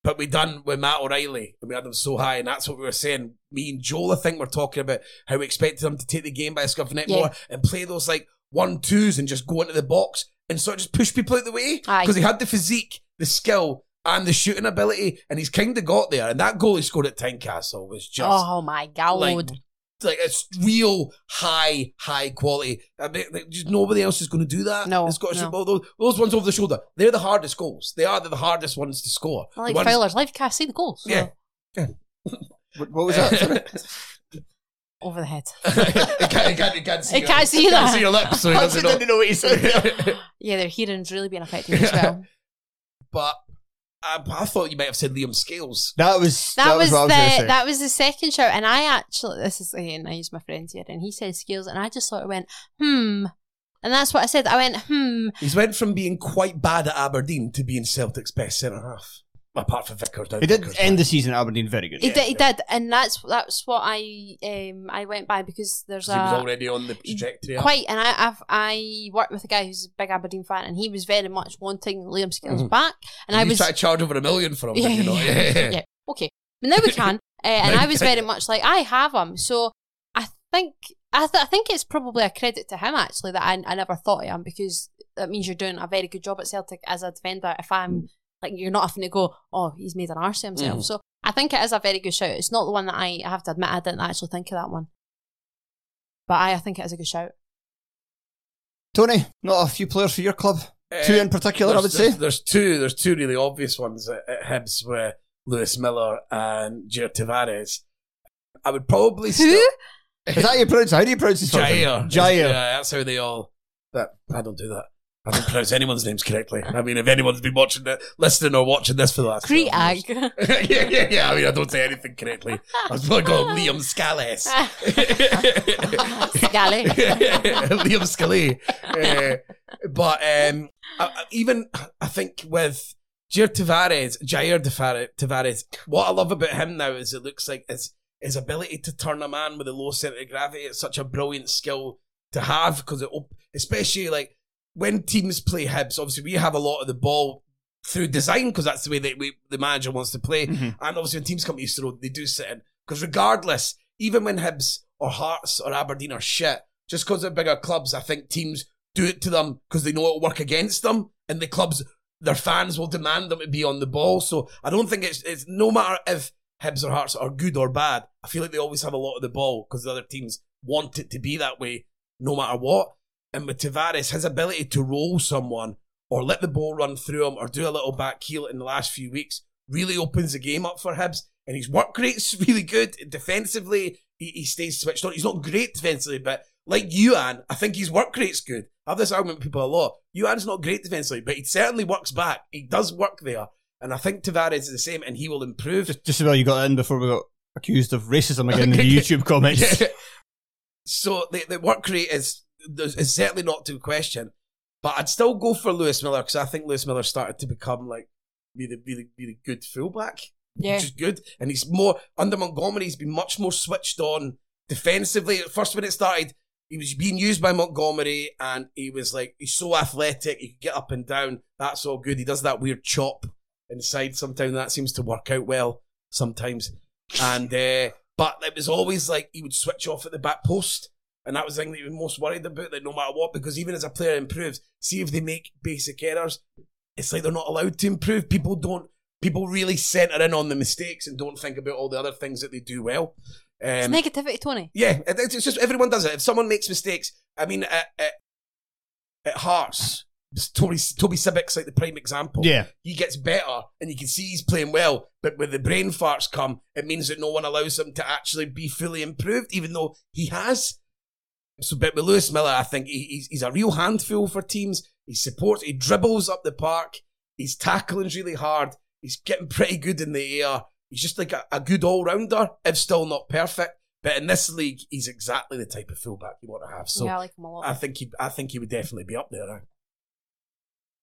Speaker 2: But we done with Matt O'Reilly, and we had him so high, and that's what we were saying. Me and Joel, I think, were talking about how we expected him to take the game by a scuff of the net
Speaker 3: Yeah.
Speaker 2: more and play those like one twos and just go into the box and sort of just push people out the way
Speaker 3: Aye.
Speaker 2: because he had the physique, the skill, and the shooting ability, and he's kind of got there. And that goal he scored at Tynecastle was just
Speaker 3: oh my god!
Speaker 2: like, like it's real high, high quality. I mean, like, just nobody else is going to do that.
Speaker 3: No,
Speaker 2: it's got to
Speaker 3: no.
Speaker 2: well, those, those ones over the shoulder. They're the hardest goals. They are the hardest ones to score.
Speaker 3: I
Speaker 2: The
Speaker 3: like
Speaker 2: ones-
Speaker 3: Fowler's life. Can I see the goals?
Speaker 2: Yeah.
Speaker 1: What, what was that? Sorry?
Speaker 3: Over the head.
Speaker 2: it can't, it can't, it can't see.
Speaker 3: It
Speaker 2: your-
Speaker 3: can't see
Speaker 2: it
Speaker 3: that.
Speaker 2: your lips, so he
Speaker 1: I
Speaker 2: doesn't
Speaker 1: actually
Speaker 2: know.
Speaker 1: didn't know what he said.
Speaker 3: Yeah, their hearing's really being affected as well.
Speaker 2: but I, I thought you might have said Liam Scales.
Speaker 1: That was what
Speaker 3: That, was,
Speaker 1: I was gonna
Speaker 3: the
Speaker 1: say.
Speaker 3: that was the second shout, and I actually this is again I use my friend's here, and he said scales, and I just sort of went hmm, and that's what I said. I went hmm.
Speaker 2: He's went from being quite bad at Aberdeen to being Celtic's best centre half, apart from Vickers. now
Speaker 1: He did
Speaker 2: Vickers
Speaker 1: end the season at Aberdeen very good.
Speaker 3: He did, he did, and that's that's what I um I went by because there's
Speaker 2: He was
Speaker 3: a
Speaker 2: already on the trajectory. up.
Speaker 3: quite, and I I've, I worked with a guy who's a big Aberdeen fan, and he was very much wanting Liam Scales back, and I
Speaker 2: you
Speaker 3: was
Speaker 2: try to charge over a million for him.
Speaker 3: yeah,
Speaker 2: but you know,
Speaker 3: yeah, yeah. yeah. okay, but now we can, uh, and I was very much like I have him, so I think I, th- I think it's probably a credit to him actually that I, I never thought of him because that means you're doing a very good job at Celtic as a defender. If I'm like you're not having to go, oh, he's made an arse of himself. So I think it is a very good shout. It's not the one that I, I have to admit I didn't actually think of that one, but I, I think it is a good shout.
Speaker 1: Tony, not a few players for your club.
Speaker 2: Uh,
Speaker 1: Two in particular, I
Speaker 2: there's-
Speaker 1: would say.
Speaker 2: There's, there's two. There's two really obvious ones at, at Hibs where Lewis Miller and Jair Tavares. I would probably still
Speaker 3: Who?
Speaker 1: Is that your pronounce? How do you pronounce his first name?
Speaker 2: Jair.
Speaker 1: Jair.
Speaker 2: Yeah, that's how they all. That I don't do that. I don't pronounce anyone's names correctly. I mean, if anyone's been watching, it, listening, or watching this for the last twelve years.
Speaker 3: Creag.
Speaker 2: yeah, yeah, yeah. I mean, I don't say anything correctly. I was going to call him Liam Scales.
Speaker 3: Scally.
Speaker 2: Liam Scully. Uh, but um, I, I- even, I think, with Jair Tavares, Jair Tafare- Tavares, what I love about him now is it looks like his, his ability to turn a man with a low centre of gravity is such a brilliant skill to have because it, op- especially like when teams play Hibs, obviously we have a lot of the ball through design because that's the way that we, the manager wants to play. And obviously when teams come to Easter Road, they do sit in because regardless, even when Hibs or Hearts or Aberdeen are shit, just because they're bigger clubs, I think teams do it to them because they know it'll work against them, and the clubs, their fans will demand them to be on the ball. So I don't think it's it's no matter if Hibs or Hearts are good or bad. I feel like they always have a lot of the ball because the other teams want it to be that way, no matter what. And with Tavares, his ability to roll someone or let the ball run through him or do a little back heel in the last few weeks really opens the game up for Hibs. and his work rate's really good defensively. He, he stays switched on. He's not great defensively, but like Yuan, I think his work rate's good. I have this argument with people a lot. Yuan's not great defensively, but he certainly works back. He does work there, and I think Tavares is the same, and he will improve.
Speaker 1: Just, just about you got in before we got accused of racism again in the YouTube comments.
Speaker 2: so the, the work rate is there's- is certainly not to question, but I'd still go for Lewis Miller because I think Lewis Miller started to become like really really really good fullback,
Speaker 3: Yeah.
Speaker 2: which is good, and he's more under Montgomery. He's been much more switched on defensively. At first, when it started, he was being used by Montgomery, and he was like he's so athletic, he could get up and down. That's all good. He does that weird chop inside sometimes that seems to work out well sometimes and uh, but it was always like he would switch off at the back post and that was the thing that he was most worried about that no matter what because even as a player improves see if they make basic errors it's like they're not allowed to improve people don't people really center in on the mistakes and don't think about all the other things that they do well
Speaker 3: It's
Speaker 2: um,
Speaker 3: negativity, Tony.
Speaker 2: yeah, it- it's just everyone does it. If someone makes mistakes, I mean, at, at, at Hearts, Toby, Toby Sibbick's like the prime example.
Speaker 1: Yeah.
Speaker 2: He gets better and you can see he's playing well, but when the brain farts come, it means that no one allows him to actually be fully improved, even though he has. So, but with Lewis Miller, I think he, he's, he's a real handful for teams. He supports, he dribbles up the park, he's tackling really hard, he's getting pretty good in the air. He's just like a, a good all rounder, if still not perfect. But in this league, he's exactly the type of fullback you want to have. So
Speaker 3: yeah, I like him a lot.
Speaker 2: I think he, I think he would definitely be up there. eh?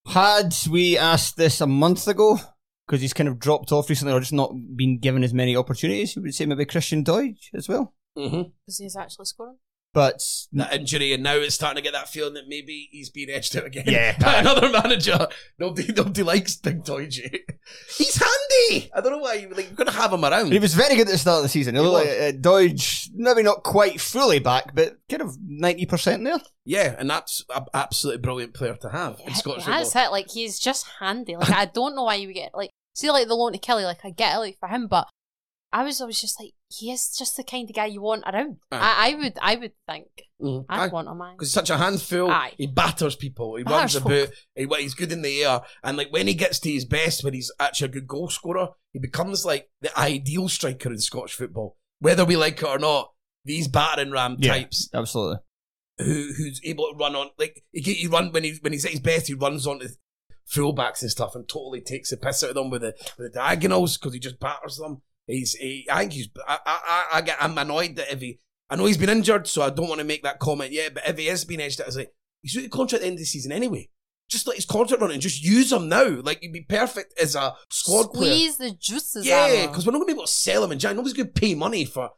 Speaker 1: Had we asked this a month ago, because he's kind of dropped off recently or just not been given as many opportunities, you would say maybe Christian Deutsch as well.
Speaker 3: Because he's actually scoring.
Speaker 1: But
Speaker 2: that injury, and now it's starting to get that feeling that maybe he's being edged out again
Speaker 1: Yeah.
Speaker 2: by another manager. Nobody, nobody likes Big Toy J. He's handy. I don't know why you like. You're gonna have him around.
Speaker 1: But he was very good at the start of the season. He looked
Speaker 2: was.
Speaker 1: like uh, Dodge, maybe not quite fully back, but kind of 90% there.
Speaker 2: yeah, and that's an absolutely brilliant player to have in
Speaker 3: Yeah,
Speaker 2: Scottish
Speaker 3: that's
Speaker 2: football.
Speaker 3: it. Like he's just handy. Like I don't know why you would get like see like the loan to Kelly. Like I get it like for him, but I was always just like he is just the kind of guy you want around. I, I would I would think
Speaker 2: Mhm.
Speaker 3: I'd
Speaker 2: Aye.
Speaker 3: want a man.
Speaker 2: because he's such a handful.
Speaker 3: Aye.
Speaker 2: He batters people. He
Speaker 3: Batters
Speaker 2: runs about. He, well, he's good in the air, and like when he gets to his best, when he's actually a good goal scorer, he becomes like the ideal striker in Scottish football. Whether we like it or not, these battering ram types
Speaker 1: Absolutely.
Speaker 2: who who's able to run on like he, can- he run when he when he's at his best he runs on to fullbacks and stuff and totally takes the piss out of them with the with the diagonals because he just batters them. He's he, I think he's I, I I- I get I'm annoyed that if he I know he's been injured so I don't want to make that comment yet but if he is being edged out it's like he's out of contract at the end of the season anyway. Just let his contract run and just use him now. Like he'd be perfect as a squad player.
Speaker 3: Squeeze the juices out.
Speaker 2: Yeah,
Speaker 3: of
Speaker 2: because
Speaker 3: him.
Speaker 2: we're not going to be able to sell him in January. Nobody's going to pay money for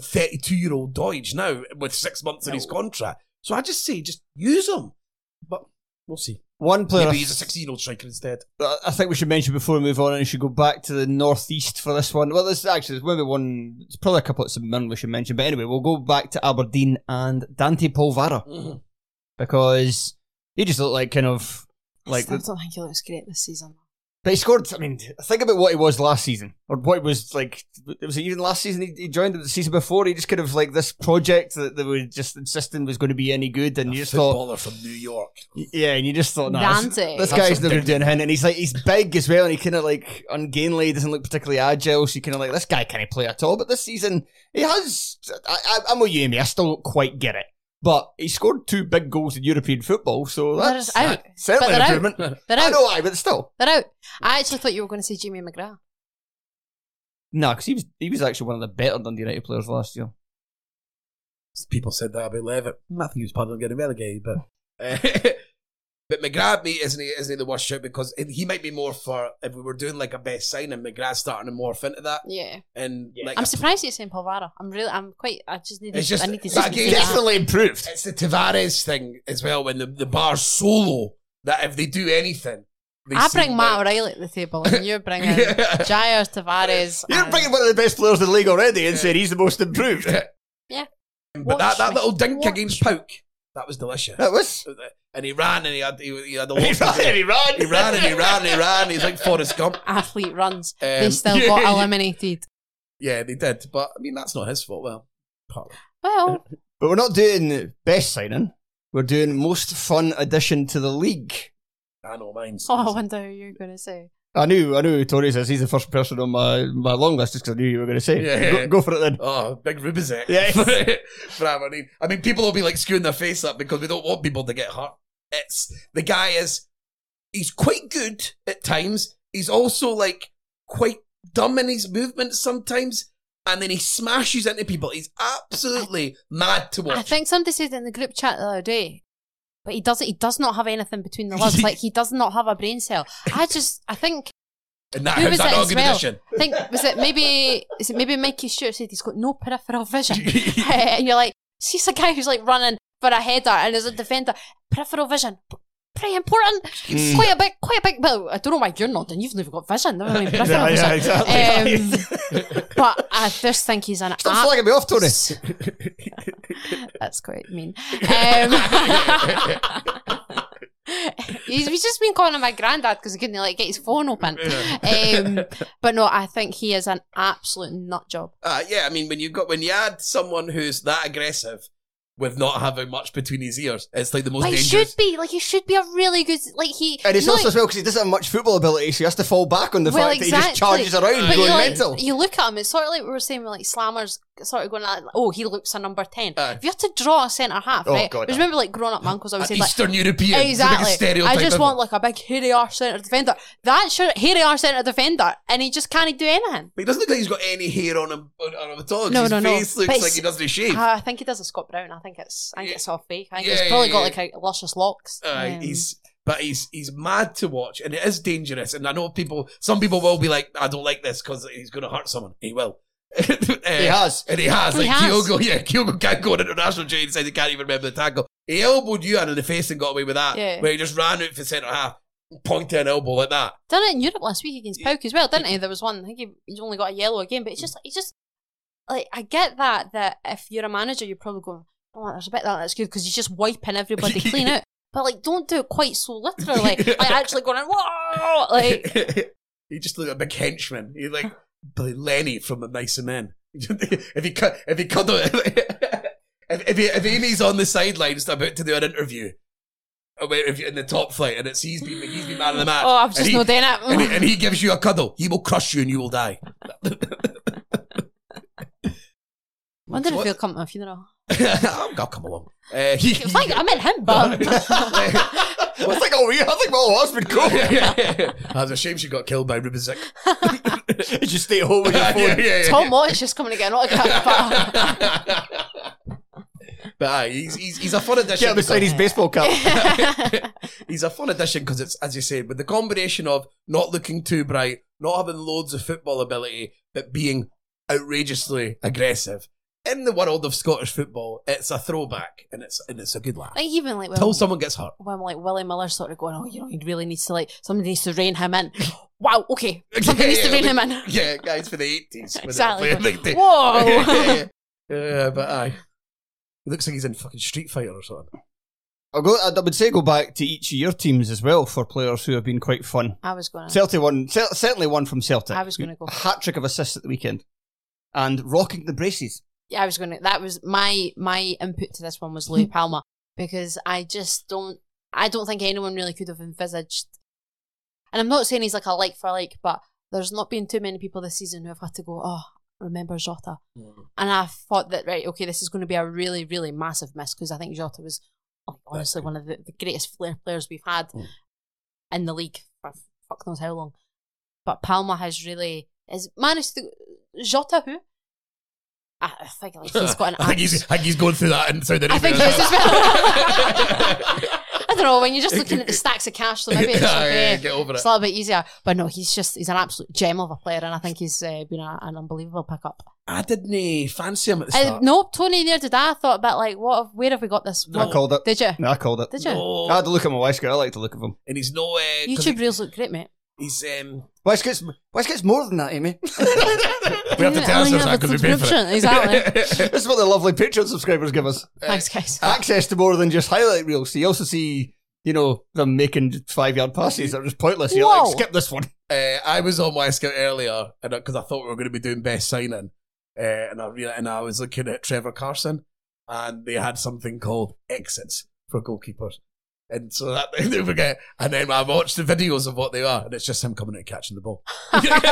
Speaker 2: 32 year old Deutsch now with six months in his contract. So I just say, just use him. But we'll see.
Speaker 1: One player
Speaker 2: Maybe he's a 16 year old striker instead.
Speaker 1: I I think we should mention before we move on, and we should go back to the northeast for this one. Well, there's actually there's maybe one, it's probably a couple of men we should mention, but anyway, we'll go back to Aberdeen and Dante Polvara
Speaker 3: Mm-hmm.
Speaker 1: because he just looked like kind of like
Speaker 3: I
Speaker 1: the,
Speaker 3: still don't think he looks great this season.
Speaker 1: But he scored. I mean, think about what he was last season, or what it was like. It was even last season he, he joined the season before. He just kind of like this project that they were just insisting was going to be any good, and you just thought,
Speaker 2: Footballer from New York.
Speaker 1: yeah, and you just thought, nah, this,
Speaker 3: Dante.
Speaker 1: this
Speaker 3: Have
Speaker 1: guy's
Speaker 2: some
Speaker 1: not going to do anything. And he's like, he's big as well, and he kind of like ungainly. He doesn't look particularly agile, so you kind of like this guy can't play at all. But this season he has. I, I, I'm with you, Amy. I still don't quite get it. But he scored two big goals in European football, so
Speaker 3: That
Speaker 1: that's
Speaker 3: is out.
Speaker 1: certainly
Speaker 3: But
Speaker 1: an
Speaker 3: they're out.
Speaker 1: improvement.
Speaker 3: They're
Speaker 1: I
Speaker 3: out.
Speaker 1: know why, but still.
Speaker 3: They're out. I actually thought you were going to say Jamie McGrath.
Speaker 1: No, because he was he was actually one of the better Dundee United players last year.
Speaker 2: People said that about Levitt. I think he was part of them getting relegated, but. Uh, But McGrath, mate, isn't he? Isn't he the worst shout? Because he might be more for if we were doing like a best sign, and McGrath's starting to morph into that.
Speaker 3: Yeah.
Speaker 2: And like,
Speaker 3: I'm surprised you're saying Palvara. I'm really. I'm quite. I just need.
Speaker 2: It's
Speaker 3: to,
Speaker 2: just-
Speaker 3: I need to
Speaker 2: that
Speaker 3: see him
Speaker 2: game-
Speaker 3: say that.
Speaker 2: Definitely
Speaker 1: improved.
Speaker 2: it's the Tavares thing as well. When the the bar's so low that if they do anything, they
Speaker 3: I
Speaker 2: seem
Speaker 3: bring Matt
Speaker 2: like-
Speaker 3: O'Reilly to the table, and you're bringing
Speaker 2: Yeah.
Speaker 3: Jair Tavares.
Speaker 1: You're
Speaker 3: and-
Speaker 1: bringing one of the best players in the league already and saying he's the most improved.
Speaker 3: Yeah.
Speaker 2: But that,
Speaker 3: Watch
Speaker 2: that
Speaker 3: me.
Speaker 2: little dink
Speaker 3: Watch
Speaker 2: against Pauk, that was delicious.
Speaker 1: That was.
Speaker 2: and he ran and he had he, he had a lot.
Speaker 1: He
Speaker 2: to
Speaker 1: ran,
Speaker 2: do.
Speaker 1: he ran,
Speaker 2: He ran and he ran and he ran. He's like Forrest Gump.
Speaker 3: athlete runs.
Speaker 2: Um,
Speaker 3: they still
Speaker 2: yeah,
Speaker 3: got
Speaker 2: yeah.
Speaker 3: eliminated.
Speaker 2: Yeah, they did. But I mean, that's not his fault. Well, partly.
Speaker 3: Well,
Speaker 1: But we're not doing best signing. We're doing most fun addition to the league.
Speaker 2: I know mine's.
Speaker 3: oh, I wonder oh, who you're going to say.
Speaker 1: I knew, I knew who Tori is. He's the first person on my, my long list just because I knew you were going to say.
Speaker 2: Yeah.
Speaker 1: Go, go for it then.
Speaker 2: Oh, big Rubizek.
Speaker 1: Yeah.
Speaker 2: for Aberdeen. I mean, people will be like screwing their face up because we don't want people to get hurt. It's the guy is he's quite good at times. He's also like quite dumb in his movements sometimes, and then he smashes into people. He's absolutely mad to watch.
Speaker 3: I think somebody said it in the group chat the other day. But he doesn't. He does not have anything between the legs. like he does not have a brain cell. I just. I think.
Speaker 2: and that
Speaker 3: Who was
Speaker 2: is
Speaker 3: it
Speaker 2: not a
Speaker 3: as
Speaker 2: good
Speaker 3: well?
Speaker 2: addition.
Speaker 3: I think was it maybe is it maybe Mikey Stewart said he's got no peripheral vision, and you're like, she's a guy who's like running for a header and is a defender. Peripheral vision, p- pretty important.
Speaker 2: Mm.
Speaker 3: Quite a big, quite a big. Well, I don't know why you're not, and you've never got vision. never mind peripheral
Speaker 1: Yeah, yeah,
Speaker 3: vision. Um, but I just think he's an.
Speaker 1: Stop
Speaker 3: ab-
Speaker 1: slagging me off, Tori.
Speaker 3: That's quite mean. Ehm. Um, he's, he's just been calling him my granddad because he couldn't like get his phone open. Um, but no, I think he is an absolute nut job.
Speaker 2: Uh, yeah, I mean, when you've got when you add someone who's that aggressive with not having much between his ears, it's like the most
Speaker 3: But he
Speaker 2: dangerous.
Speaker 3: should be like he should be a really good like he.
Speaker 1: And it's
Speaker 3: no,
Speaker 1: also as well because he doesn't have much football ability, so he has to fall back on the
Speaker 3: well,
Speaker 1: fact that he
Speaker 3: exactly.
Speaker 1: just charges around
Speaker 3: But
Speaker 1: going
Speaker 3: you, like,
Speaker 1: mental.
Speaker 3: you look at him, it's sort of like we were saying, with, like slammers, sort of going like, "Oh, he looks a number 10.
Speaker 2: Aye.
Speaker 3: If you had to draw a centre half,
Speaker 1: Oh,
Speaker 3: right?
Speaker 1: God,
Speaker 3: because
Speaker 1: aye.
Speaker 3: remember, like growing up, my uncles always
Speaker 2: An
Speaker 3: said, like,
Speaker 2: Eastern European, It's the biggest
Speaker 3: Exactly. I
Speaker 2: stereotype
Speaker 3: just
Speaker 2: ever.
Speaker 3: want like a big hairy arse centre defender. That should hairy arse centre defender, and he just can't do anything.
Speaker 2: But he doesn't look like he's got any hair on him, on, on him at all. 'cause
Speaker 3: No,
Speaker 2: his
Speaker 3: no, no.
Speaker 2: face
Speaker 3: But
Speaker 2: looks
Speaker 3: it's-
Speaker 2: like he doesn't shave.
Speaker 3: Uh, I think he does a Scott Brown. I think it's I think it's all fake. I think
Speaker 2: Yeah,
Speaker 3: he's probably
Speaker 2: yeah,
Speaker 3: got
Speaker 2: yeah.
Speaker 3: like a luscious locks.
Speaker 2: Aye,
Speaker 3: Um,
Speaker 2: Uh, he's but he's he's mad to watch, and it is dangerous. And I know people, some people will be like, "I don't like this because he's going to hurt someone." He will. he
Speaker 1: he has.
Speaker 2: and he has.
Speaker 3: He
Speaker 2: Like
Speaker 3: has.
Speaker 2: Kyogo, yeah, Kyogo can't go on international trade. He said he can't even remember the tackle. He elbowed you in the face and got away with that.
Speaker 3: Yeah.
Speaker 2: Where he just ran out for centre half, pointed an elbow like that.
Speaker 3: done it in Europe last week against Pauk as well, didn't he? There was one. I think he, he only got a yellow again, but it's just it's just like I get that that if you're a manager, you're probably going, oh, there's a bit of that that's good because he's just wiping everybody clean out. But like, don't do it quite so literally. like actually going, whoa, like
Speaker 2: he just looked like a big henchman. He like Billy Lenny from the Nicer Men. if he cut, if he cut, if if, he, if Amy's on the sidelines about to do an interview, uh, where if you're in the top flight and it's he's been he's been man of the match.
Speaker 3: Oh, I've
Speaker 2: Ah, and
Speaker 3: just
Speaker 2: he-
Speaker 3: not doing it. Mm.
Speaker 2: And he, and he gives you a cuddle. He will crush you and you will die.
Speaker 3: wonder if
Speaker 2: What-
Speaker 3: he'll come to a funeral.
Speaker 2: I'll I'll Oh, come along. Uh, he,
Speaker 3: It's like um, I meant him, but
Speaker 1: I think
Speaker 2: oh,
Speaker 1: all we, I think my whole house would go.
Speaker 2: That's Ah, a shame she got killed by Rubizek.
Speaker 1: just stay at home with your phone.
Speaker 3: Tom Watt is just coming to get an autograph. But
Speaker 2: But aye, he's, he's, he's a fun addition.
Speaker 1: Get beside his baseball cap.
Speaker 2: he's a fun addition because it's as you say, with the combination of not looking too bright, not having loads of football ability, but being outrageously aggressive. In the world of Scottish football, it's a throwback and it's and it's a good laugh.
Speaker 3: like even like
Speaker 2: Till
Speaker 3: when,
Speaker 2: someone gets hurt.
Speaker 3: when like Willie Miller sort of going, oh, you know, he really needs to like somebody needs to rein him in. Wow, okay, somebody needs to rein him in.
Speaker 2: Yeah, guys for the eighties.
Speaker 3: Exactly. Whoa.
Speaker 2: yeah, but aye. It looks like he's in fucking Street Fighter or something.
Speaker 1: I'll go, I would say go back to each of your teams as well for players who have been quite fun.
Speaker 3: I was going to.
Speaker 1: Celtic won, cer- certainly one from Celtic.
Speaker 3: I was gonna go-
Speaker 1: A hat trick of assists at the weekend and rocking the braces.
Speaker 3: Yeah, I was going to. That was my my input to this one was Louis Palmer because I just don't. I don't think anyone really could have envisaged. And I'm not saying he's like a like for like, but there's not been too many people this season who have had to go. Oh, remember Jota? And I thought that right, okay, this is going to be a really, really massive miss because I think Jota was like, honestly one of the, the greatest flair players we've had
Speaker 2: Hmm.
Speaker 3: in the league for fuck knows how long. But Palma has really has managed to Jota who I, I think like, he's got an.
Speaker 2: I think he's,
Speaker 3: abs-
Speaker 2: I think he's going through that and so
Speaker 3: I think he is as well. I don't know when you're just looking at the stacks of cash, so maybe it's,
Speaker 2: Yeah,
Speaker 3: like,
Speaker 2: Oh, yeah,
Speaker 3: eh,
Speaker 2: yeah, get over
Speaker 3: it's
Speaker 2: it.
Speaker 3: a little bit easier. But no, he's just he's an absolute gem of a player, and I think he's uh, been a, an unbelievable pickup.
Speaker 2: I didn't fancy him at the
Speaker 3: Uh,
Speaker 2: start.
Speaker 3: no, Tony near did. I I thought about like, what? Have, where have we got this?
Speaker 1: I
Speaker 3: What-
Speaker 1: called it.
Speaker 3: Did you?
Speaker 1: No, I called it.
Speaker 3: Did you?
Speaker 2: No.
Speaker 1: I had to look at my wife's I like to look at them.
Speaker 2: and he's no uh, 'cause
Speaker 3: YouTube reels look great, mate.
Speaker 2: He's um.
Speaker 1: Wife's gets, wife's gets more than that, Amy.
Speaker 2: We have to
Speaker 3: Yeah,
Speaker 2: tell
Speaker 3: I
Speaker 2: ourselves
Speaker 3: have
Speaker 2: that
Speaker 3: a
Speaker 2: because we paid for it.
Speaker 3: subscription, Exactly.
Speaker 1: this is what the lovely Patreon subscribers give us.
Speaker 3: Thanks, guys.
Speaker 2: Ah.
Speaker 1: access to more than just highlight reels. So you also see, you know, them making five yard passes that are just pointless. You're
Speaker 3: Whoa.
Speaker 1: like, skip this one.
Speaker 2: Uh, I was on my scout earlier, and because I thought we were going to be doing best signing, uh, and I real and I was looking at Trevor Carson, and they had something called exits for goalkeepers, And so that they never get. And then I watch the videos of what they are, and it's just him coming out and catching the ball. yeah,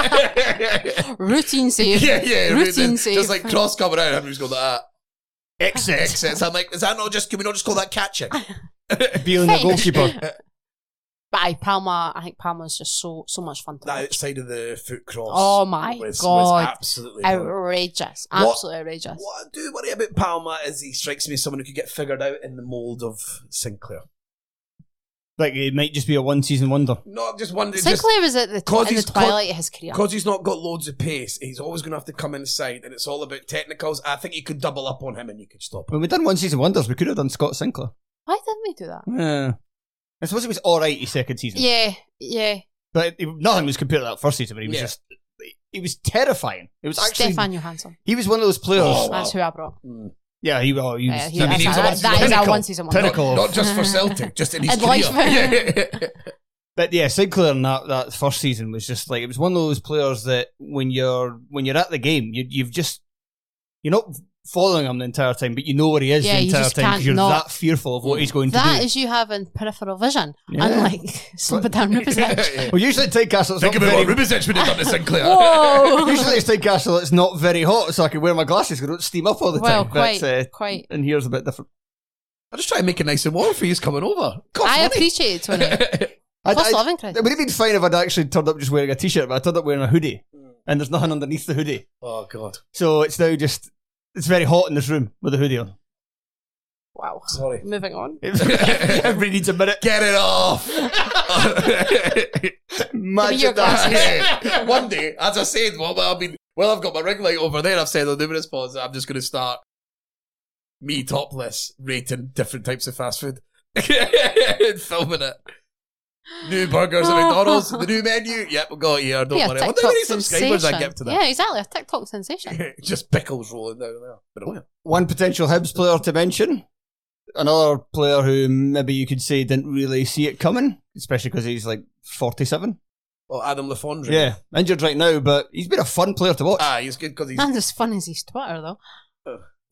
Speaker 3: Routine save.
Speaker 2: yeah, yeah.
Speaker 3: Routine save.
Speaker 2: Just like cross coming out, and he's going like that.
Speaker 1: Exit.
Speaker 2: Excess. I'm like, is that not just? Can we not just call that catching?
Speaker 1: Being the
Speaker 3: Hey.
Speaker 1: goalkeeper.
Speaker 3: But aye, Palmer, I think Palmer's just so so much fun to
Speaker 2: that
Speaker 3: watch.
Speaker 2: outside of the foot cross.
Speaker 3: Oh my
Speaker 2: was- was
Speaker 3: god.
Speaker 2: absolutely brilliant.
Speaker 3: outrageous.
Speaker 2: What-
Speaker 3: Absolutely outrageous.
Speaker 2: What I do worry about Palma is he strikes me as someone who could get figured out in the mould of Sinclair.
Speaker 1: like it might just be a one season wonder.
Speaker 2: No, I'm just wondering. just-
Speaker 3: Sinclair was at the,
Speaker 2: Cause
Speaker 3: in the
Speaker 2: he's-
Speaker 3: twilight of his career.
Speaker 2: Because he's not got loads of pace, he's always going to have to come inside, and it's all about technicals. I think you could double up on him and you could stop him.
Speaker 1: When we done one season wonders, we could have done Scott Sinclair.
Speaker 3: Why didn't we do that?
Speaker 1: Yeah. I suppose it was all right his second season,
Speaker 3: Yeah, yeah.
Speaker 1: but it, nothing was compared to that first season. But he was
Speaker 2: Yeah.
Speaker 1: just. He was terrifying. It was actually.
Speaker 3: Stefan Johansson.
Speaker 1: He was one of those players.
Speaker 2: Oh, wow.
Speaker 3: That's who I brought.
Speaker 1: Yeah, he, well, he was.
Speaker 3: Yeah, he
Speaker 1: I mean,
Speaker 3: was-
Speaker 1: he was
Speaker 3: that-
Speaker 1: always-
Speaker 3: that is our
Speaker 1: pinnacle-
Speaker 3: one season wonder.
Speaker 1: Pinnacle. of-
Speaker 2: Not just for Celtic, just in his
Speaker 3: I'd like
Speaker 2: career.
Speaker 1: But yeah, Sinclair in that, that first season was just like it was one of those players that when you're when you're at the game, you, you've just you're not following him the entire time, but you know where he is
Speaker 3: Yeah,
Speaker 1: the
Speaker 3: you
Speaker 1: entire
Speaker 3: just
Speaker 1: time
Speaker 3: can't
Speaker 1: you're
Speaker 3: not.
Speaker 1: that fearful of what he's going
Speaker 3: That
Speaker 1: to do.
Speaker 3: is you having peripheral vision,
Speaker 1: Yeah.
Speaker 3: unlike Slobodan Rubicic.
Speaker 2: Yeah.
Speaker 1: well, usually at Tynecastle, it's
Speaker 2: Think
Speaker 1: not
Speaker 2: about
Speaker 1: very.
Speaker 2: what Rubicic would have done to Sinclair.
Speaker 3: Whoa!
Speaker 1: usually it's Tynecastle, it's not very hot, so I can wear my glasses. 'cause I don't steam up all the
Speaker 3: Well,
Speaker 1: time.
Speaker 3: quite,
Speaker 1: but, uh,
Speaker 3: quite.
Speaker 1: And here's a bit different.
Speaker 2: I'm just trying to make it nice and warm for you coming over. Cost
Speaker 3: I
Speaker 2: money.
Speaker 3: appreciate it, Tony.
Speaker 1: I'd-
Speaker 3: Cost
Speaker 1: I'd-
Speaker 3: loving, Chris.
Speaker 1: It would have been fine if I'd actually turned up just wearing a t-shirt, but I turned up wearing a hoodie, and there's nothing underneath the hoodie.
Speaker 2: Oh God,
Speaker 1: So it's now just it's very hot in this room with a hoodie on.
Speaker 3: Wow.
Speaker 2: sorry.
Speaker 3: Moving on.
Speaker 1: Everybody needs a minute.
Speaker 2: Get it off.
Speaker 1: Imagine
Speaker 3: your
Speaker 1: that.
Speaker 2: Hey, One day, as I said, well, well, I mean, well, I've got my ring light over there. I've said on numerous pods that I'm just going to start me topless rating different types of fast food and filming it. New burgers at McDonald's, the new menu. Yep, we got it here. Don't
Speaker 3: Be a
Speaker 2: worry. I wonder how many
Speaker 3: TikTok
Speaker 2: subscribers I
Speaker 3: sensation.
Speaker 2: get to
Speaker 3: Yeah,
Speaker 2: that.
Speaker 3: exactly. A TikTok sensation.
Speaker 2: just pickles rolling down there. But oh, yeah.
Speaker 1: One potential Hibs player to mention. Another player who maybe you could say didn't really see it coming, especially because he's like 47.
Speaker 2: Well, Adam Lafondre.
Speaker 1: Yeah, injured right now, but he's been a fun player to watch.
Speaker 2: Ah, he's good because he's.
Speaker 3: Man's as fun as his Twitter, though.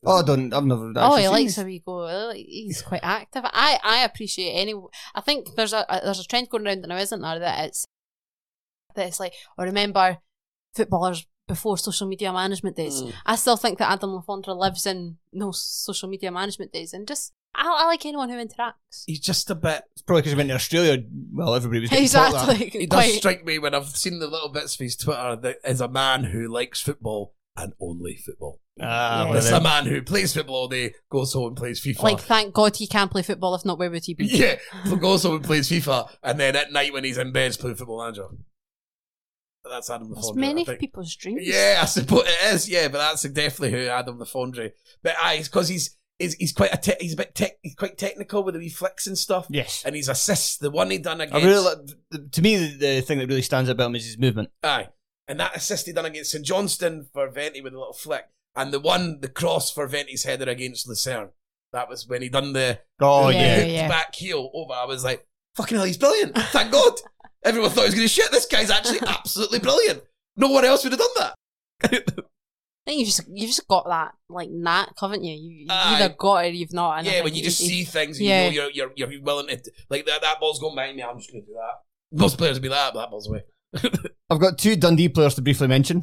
Speaker 1: oh, I don't. I've never. actually
Speaker 3: Oh, he
Speaker 1: seen
Speaker 3: likes a
Speaker 1: him.
Speaker 3: wee go. uh, He's quite active. I, I appreciate any. I think there's a, a there's a trend going around now, isn't there? That it's that it's like. I remember footballers before social media management days.
Speaker 2: Mm.
Speaker 3: I still think that Adam Lafondra lives in no social media management days, and just I, I like anyone who interacts.
Speaker 2: He's just a bit.
Speaker 1: It's probably because he went to Australia. Well, everybody was getting taught that.
Speaker 3: Exactly.
Speaker 2: He does
Speaker 3: quite,
Speaker 2: strike me when I've seen the little bits of his Twitter that is a man who likes football and only football.
Speaker 1: Ah,
Speaker 2: This is a man who plays football all day, goes home and plays FIFA.
Speaker 3: like, thank God he can't play football. If not, where would he be?
Speaker 2: yeah, goes home and plays FIFA, and then at night when he's in bed, he's playing Football Manager. That's Adam
Speaker 3: That's
Speaker 2: Lafondre.
Speaker 3: many
Speaker 2: I think.
Speaker 3: people's dreams.
Speaker 2: Yeah, I suppose it is. Yeah, but that's definitely who Adam Lafondre. But aye, it's because he's. He's, he's quite a te- he's a bit tech he's quite technical with the wee flicks and stuff.
Speaker 1: Yes.
Speaker 2: and his assists, the one he done
Speaker 1: I
Speaker 2: against
Speaker 1: really like, th- to me, the, the thing that really stands out about him is his movement.
Speaker 2: Aye. And that assist he done against St Johnston for Venti with a little flick. And the one, the cross for Venti's header against Lucerne. That was when he done the,
Speaker 1: Oh,
Speaker 2: the
Speaker 1: yeah.
Speaker 3: yeah.
Speaker 2: hooked back heel over. I was like, fucking hell, he's brilliant. Thank God. Everyone thought he was going to shit. This guy's actually absolutely brilliant. No one else would have done that.
Speaker 3: I think you've just you've just got that like knack, haven't you? You you've
Speaker 2: Aye.
Speaker 3: either got it or you've not. and I
Speaker 2: yeah, when you
Speaker 3: think
Speaker 2: just
Speaker 3: he-
Speaker 2: see things and
Speaker 3: yeah.
Speaker 2: you know you're, you're, you're willing to, like, that, that ball's going behind me. I'm just going to do that. Most players would be like, "Ah, that ball's away.
Speaker 1: I've got two Dundee players to briefly mention.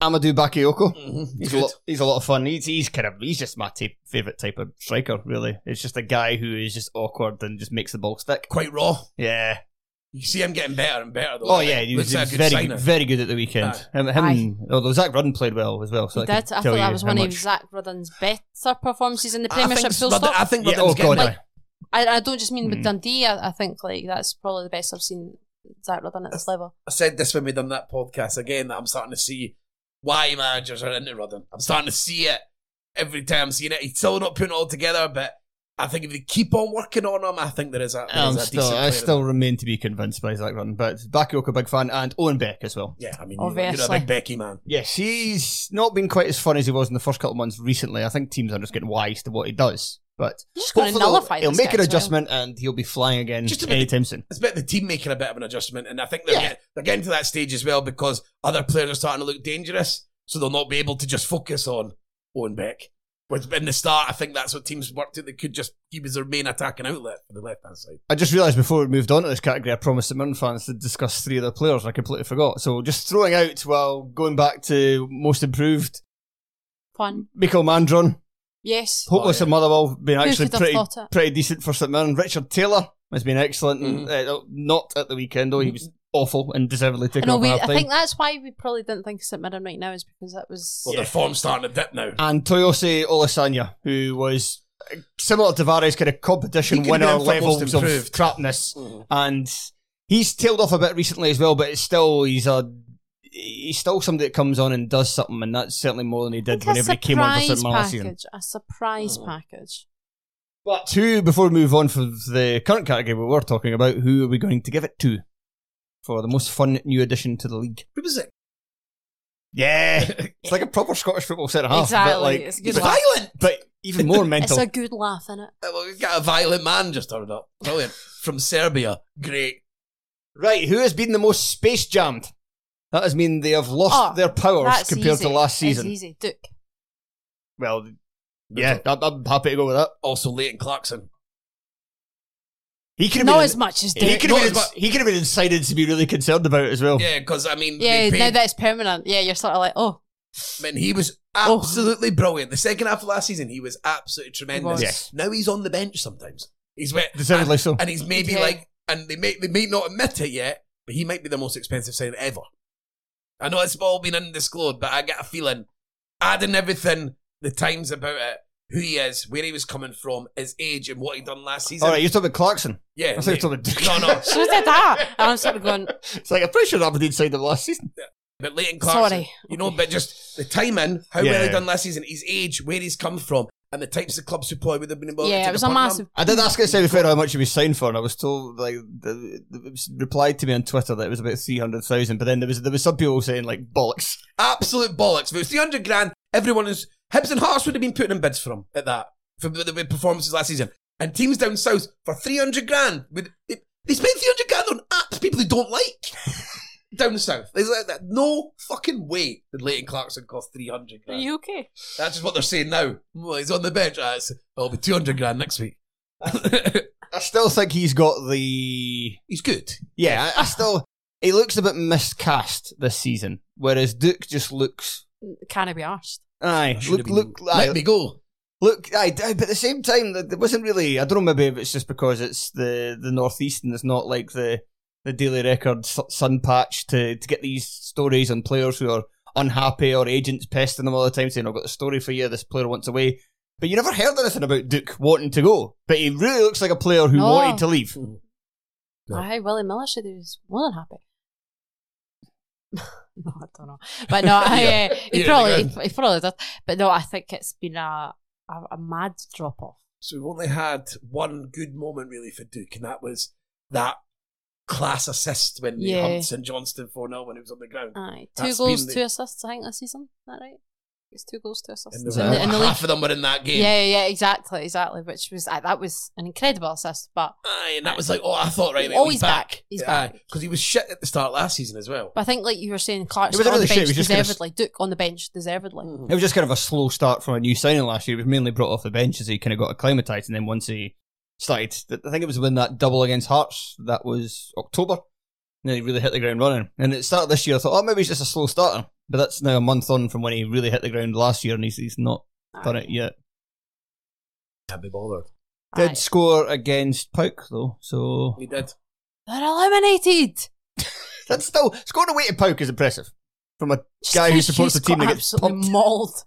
Speaker 1: Amadou Bakayoko.
Speaker 2: Mhm.
Speaker 1: He's a,
Speaker 2: Good.
Speaker 1: lot, he's a lot of fun. He's he's kind of he's just my type, favorite type of striker. Really, it's just a guy who is just awkward and just makes the ball stick.
Speaker 2: Quite raw.
Speaker 1: Yeah.
Speaker 2: You see him getting better and better, though.
Speaker 1: Oh yeah, he was,
Speaker 2: Looks
Speaker 1: he
Speaker 2: like
Speaker 1: was
Speaker 2: a good
Speaker 1: very
Speaker 2: signing.
Speaker 1: good, very good at the weekend.
Speaker 2: Aye.
Speaker 1: Him, him although Zach Rudden played well as well. So
Speaker 3: He
Speaker 1: I,
Speaker 3: did.
Speaker 1: can
Speaker 3: I
Speaker 1: tell
Speaker 3: thought
Speaker 1: you
Speaker 3: that was
Speaker 1: how
Speaker 3: one of
Speaker 1: much-
Speaker 3: Zach Rudden's better performances in the
Speaker 2: I
Speaker 3: Premiership.
Speaker 2: think,
Speaker 3: Full
Speaker 2: Rudden-
Speaker 3: stop.
Speaker 2: I think
Speaker 1: Yeah,
Speaker 2: Rudden's
Speaker 1: oh,
Speaker 2: getting
Speaker 1: God,
Speaker 2: better.
Speaker 1: aye.
Speaker 3: I, I don't just mean
Speaker 1: Hmm.
Speaker 3: with Dundee. I, I think like that's probably the best I've seen Zach Rudden at this level.
Speaker 2: I said this when we done that podcast again that I'm starting to see why managers are into Rudden. I'm starting to see it every time I'm seeing it. He's still not putting it all together, but I think if they keep on working on him, I think there is a, there
Speaker 1: I'm
Speaker 2: is a
Speaker 1: still,
Speaker 2: decent
Speaker 1: I
Speaker 2: player
Speaker 1: still
Speaker 2: in-
Speaker 1: remain to be convinced by Zach Rudden, but Bakayoko, big fan, and Owen Beck as well.
Speaker 2: Yeah, I mean, you're, you're a
Speaker 3: Obviously.
Speaker 2: big Becky man.
Speaker 1: Yes, he's not been quite as fun as he was in the first couple of months recently. I think teams are just getting wise to what he does, but
Speaker 3: You're just gonna
Speaker 1: hopefully he'll-
Speaker 3: nullify
Speaker 1: He'll
Speaker 3: this
Speaker 1: make
Speaker 3: guy
Speaker 1: an
Speaker 3: as well.
Speaker 1: adjustment and he'll be flying again
Speaker 2: Just a bit-
Speaker 1: anytime soon.
Speaker 2: It's about the team making a bit of an adjustment, and I think they're,
Speaker 1: Yeah.
Speaker 2: get, they're getting to that stage as well because other players are starting to look dangerous, so they'll not be able to just focus on Owen Beck. was in the start. I think that's what teams worked at. They could just keep as their main attacking outlet for the left hand side.
Speaker 1: I just realised before we moved on to this category, I promised the Mirren fans to discuss three other players, and I completely forgot. So just throwing out while going back to most improved,
Speaker 3: Fun.
Speaker 1: Mikel Mandron,
Speaker 3: Yes.
Speaker 1: hopeless
Speaker 2: yeah.
Speaker 1: of Motherwell, been actually
Speaker 3: could have
Speaker 1: pretty
Speaker 3: thought it?
Speaker 1: pretty decent for St Mirren. Richard Taylor has been excellent, and, uh, not at the weekend though he was awful and deservedly
Speaker 3: I
Speaker 1: taken
Speaker 3: know.
Speaker 1: off
Speaker 3: We,
Speaker 1: at
Speaker 3: I
Speaker 1: half time.
Speaker 3: think that's why we probably didn't think of St Mirren right now is because that was
Speaker 2: Well, their form's starting to dip now.
Speaker 1: and Toyose Olasanya, who was uh, similar to Vare's kind of competition
Speaker 2: He could be
Speaker 1: winner
Speaker 2: in for most
Speaker 1: levels of
Speaker 2: improved. Mm.
Speaker 1: crapness, and he's tailed off a bit recently as well. But it's still he's a he's still somebody that comes on and does something, and that's certainly more than he
Speaker 3: I
Speaker 1: did
Speaker 3: think
Speaker 1: whenever
Speaker 3: a
Speaker 1: he came on for
Speaker 3: surprise
Speaker 1: St. Mirren last season. Oh.
Speaker 3: package. A surprise package.
Speaker 1: But two before we move on for the current category we were talking about, who are we going to give it to for the most fun new addition to the league?
Speaker 2: Who was it?
Speaker 1: Yeah, it's like a proper Scottish football centre half,
Speaker 3: Exactly,
Speaker 1: but like
Speaker 3: it's a
Speaker 2: He
Speaker 3: good
Speaker 2: was
Speaker 3: laugh.
Speaker 2: violent.
Speaker 1: but even more
Speaker 3: It's
Speaker 1: mental.
Speaker 3: a good laugh in it.
Speaker 2: Uh, Well, we've got a violent man just turned up. Brilliant. From Serbia. Great.
Speaker 1: Right, who has been the most space jammed? That has mean they have lost
Speaker 3: Oh,
Speaker 1: their powers
Speaker 3: That's
Speaker 1: compared
Speaker 3: easy.
Speaker 1: to last
Speaker 3: It's
Speaker 1: season.
Speaker 3: easy. Duke.
Speaker 1: Well, yeah, I'm, I'm happy to go with that.
Speaker 2: Also, Leighton Clarkson.
Speaker 1: He could have
Speaker 3: Not
Speaker 1: been.
Speaker 3: as much as
Speaker 1: he
Speaker 3: Duke.
Speaker 1: could
Speaker 2: Not
Speaker 1: have been.
Speaker 2: as much.
Speaker 1: He could have been incited to be really concerned about it as well.
Speaker 2: Yeah, because, I mean,
Speaker 3: Yeah,
Speaker 2: they paid,
Speaker 3: now that it's permanent, yeah, you're sort of like, oh,
Speaker 2: I mean, he was absolutely brilliant. The second half of last season, he was absolutely tremendous.
Speaker 3: was.
Speaker 1: Yes.
Speaker 2: Now he's on the bench sometimes. He's wet.
Speaker 1: Deservedly
Speaker 2: and,
Speaker 1: so.
Speaker 2: And he's maybe
Speaker 3: Yeah.
Speaker 2: like, and they may, they may not admit it yet, but he might be the most expensive sign ever. I know it's all been undisclosed, but I get a feeling adding everything, the times about it, who he is, where he was coming from, his age, and what he done last season.
Speaker 1: All right, you're talking about Clarkson.
Speaker 2: Yeah.
Speaker 1: I thought you were
Speaker 2: yeah.
Speaker 1: talking about Duke.
Speaker 2: No, no.
Speaker 3: so did that? And I'm sort of going,
Speaker 1: It's like I'm pretty sure Aberdeen signed him last season.
Speaker 2: But Leighton Clarkson,
Speaker 3: Sorry.
Speaker 2: you know, but just the timing, how well
Speaker 1: Yeah.
Speaker 2: he done last season, his age, where he's come from, and the types of clubs who probably would have been involved.
Speaker 3: yeah, it was a massive.
Speaker 1: I did ask it to before how much he was signed for, and I was told like the, the, it was replied to me on Twitter that it was about three hundred thousand. But then there was there was some people saying like bollocks.
Speaker 2: absolute bollocks. If it was 300 grand, everyone is Hibs and Hearts would have been putting in bids for him at that for the, the performances last season. And teams down south for 300 grand would they, they spend 300 grand on apps people who don't like down south. There's like that no fucking way that Leighton Clarkson cost 300
Speaker 3: Are
Speaker 2: grand.
Speaker 3: you okay?
Speaker 2: That's just what they're saying now. Well, he's on the bench. Ah, it's, it'll be 200 grand next week.
Speaker 1: I still think he's got the
Speaker 2: he's good.
Speaker 1: Yeah, I, I still. He looks a bit miscast this season, whereas Duke just looks.
Speaker 3: Can I be arsed?
Speaker 1: Aye,
Speaker 2: Should
Speaker 1: look,
Speaker 2: have been-
Speaker 1: look, aye,
Speaker 2: let me go.
Speaker 1: look, aye, aye, but at the same time, th- there wasn't really. I don't know. Maybe if it's just because it's the the northeast and it's not like the the Daily Record su- sun patch to to get these stories on players who are unhappy or agents pestering them all the time, saying, "I've got the story for you. This player wants away." But you never heard anything about Duke wanting to go. But he really looks like a player who
Speaker 3: No.
Speaker 1: wanted to leave.
Speaker 2: No.
Speaker 3: Aye, Willie Miller said he was more than happy. no, I don't know, but no, I, uh, he
Speaker 2: Yeah,
Speaker 3: probably
Speaker 2: again.
Speaker 3: he, he probably does. But no, I think it's been a a, a mad drop off.
Speaker 2: So we've only had one good moment really for Duke, and that was that class assist when they
Speaker 3: Yeah. Oh,
Speaker 2: humped St Johnston 4 0 when it was on the ground.
Speaker 3: Aye, two
Speaker 2: That's
Speaker 3: goals,
Speaker 2: been the-
Speaker 3: two assists. I think this season, is that right? It's two goals, two assists
Speaker 2: And there
Speaker 1: So
Speaker 2: were-
Speaker 3: in the, in the league.
Speaker 2: half of them were in that game.
Speaker 3: Yeah, yeah, exactly, exactly. Which was uh, that was an incredible assist, but
Speaker 2: Aye, and that was like, oh, I thought, right,
Speaker 3: Oh, he's back. He's back.
Speaker 2: Because he was shit at the start last season as well.
Speaker 3: But I think, like you were saying,
Speaker 1: It
Speaker 3: Clarkson
Speaker 1: was
Speaker 3: on
Speaker 1: another
Speaker 3: the
Speaker 1: shame, it
Speaker 3: bench
Speaker 1: was just gonna-
Speaker 3: deservedly. Duke on the bench deservedly.
Speaker 1: It was just kind of a slow start from a new signing last year. He was mainly brought off the bench as he kind of got acclimatised, and then once he started, I think it was when that double against Hearts that was October, and then he really hit the ground running. And at the start of this year, I thought, oh, maybe he's just a slow starter, but that's now a month on from when he really hit the ground last year, and he's, he's not done it yet.
Speaker 2: Can't be bothered.
Speaker 1: Did
Speaker 3: Aye.
Speaker 1: score against Pauk though, so
Speaker 2: He did.
Speaker 3: They're eliminated.
Speaker 1: that's still scoring away to Pauk is impressive from a guy who supports the team that gets
Speaker 3: absolutely
Speaker 1: pumped.
Speaker 3: mauled.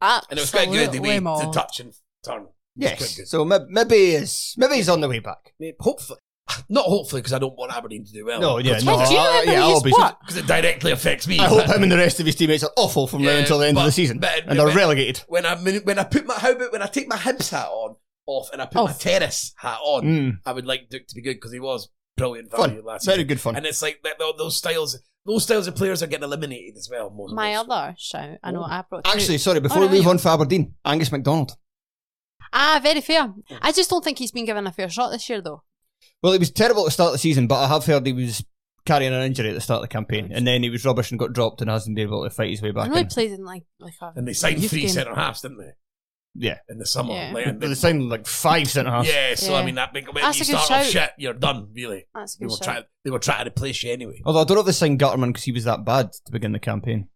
Speaker 2: And it was quite good the way
Speaker 3: Absolutely
Speaker 2: the
Speaker 3: mauled.
Speaker 2: touch and turn. It was quite
Speaker 1: Yes,
Speaker 2: good.
Speaker 1: so may- maybe he's maybe he's on the way back.
Speaker 2: Mate, hopefully, not hopefully, because I don't want Aberdeen to do well.
Speaker 1: No, yeah,
Speaker 2: Because
Speaker 1: no,
Speaker 3: Wait, do you
Speaker 1: I-
Speaker 3: remember
Speaker 1: yeah,
Speaker 3: who
Speaker 1: I'll
Speaker 3: you
Speaker 1: be.
Speaker 3: spot?
Speaker 2: because it directly affects me.
Speaker 1: I hope
Speaker 2: But-
Speaker 1: him and the rest of his teammates are awful from now
Speaker 2: Yeah,
Speaker 1: until the end
Speaker 2: but-
Speaker 1: of the season,
Speaker 2: but-
Speaker 1: and they're
Speaker 2: but-
Speaker 1: relegated.
Speaker 2: when I when I put my how about when I take my Hibs hat on off and I put my
Speaker 3: Off.
Speaker 2: terrace hat on,
Speaker 1: Oh. Mm.
Speaker 2: I would like Duke to be good because he was brilliant
Speaker 1: Fun.
Speaker 2: value last
Speaker 1: Very
Speaker 2: season.
Speaker 1: good fun.
Speaker 2: And it's like that, tho- those styles, those styles of players are getting eliminated as well. More than
Speaker 3: My
Speaker 2: most.
Speaker 3: other shout, I know I brought.
Speaker 1: Actually,
Speaker 3: two.
Speaker 1: sorry, before
Speaker 3: Oh, no,
Speaker 1: we move
Speaker 3: you-
Speaker 1: on for Aberdeen, Angus MacDonald.
Speaker 3: ah, very fair. I just don't think he's been given a fair shot this year, though.
Speaker 1: Well, he was terrible at the start of the season, but I have heard he was carrying an injury at the start of the campaign, and then he was rubbish and got dropped and hasn't been able to fight his way
Speaker 3: I
Speaker 1: back
Speaker 3: know he
Speaker 1: in.
Speaker 3: played in like like a
Speaker 2: And they signed
Speaker 3: youth
Speaker 2: three
Speaker 3: game.
Speaker 2: centre halves, didn't they?
Speaker 1: Yeah.
Speaker 2: in the summer.
Speaker 3: Yeah.
Speaker 2: Like,
Speaker 1: They sound like five cent and a half.
Speaker 2: yeah, so I
Speaker 3: Yeah.
Speaker 2: mean that big when
Speaker 3: That's
Speaker 2: you
Speaker 3: a good
Speaker 2: start off
Speaker 3: shout.
Speaker 2: shit, you're done, really.
Speaker 3: That's a
Speaker 2: They
Speaker 3: good
Speaker 2: were
Speaker 3: show.
Speaker 2: trying they were trying to replace you anyway.
Speaker 1: Although I don't know if they signed Gutterman because he was that bad to begin the campaign.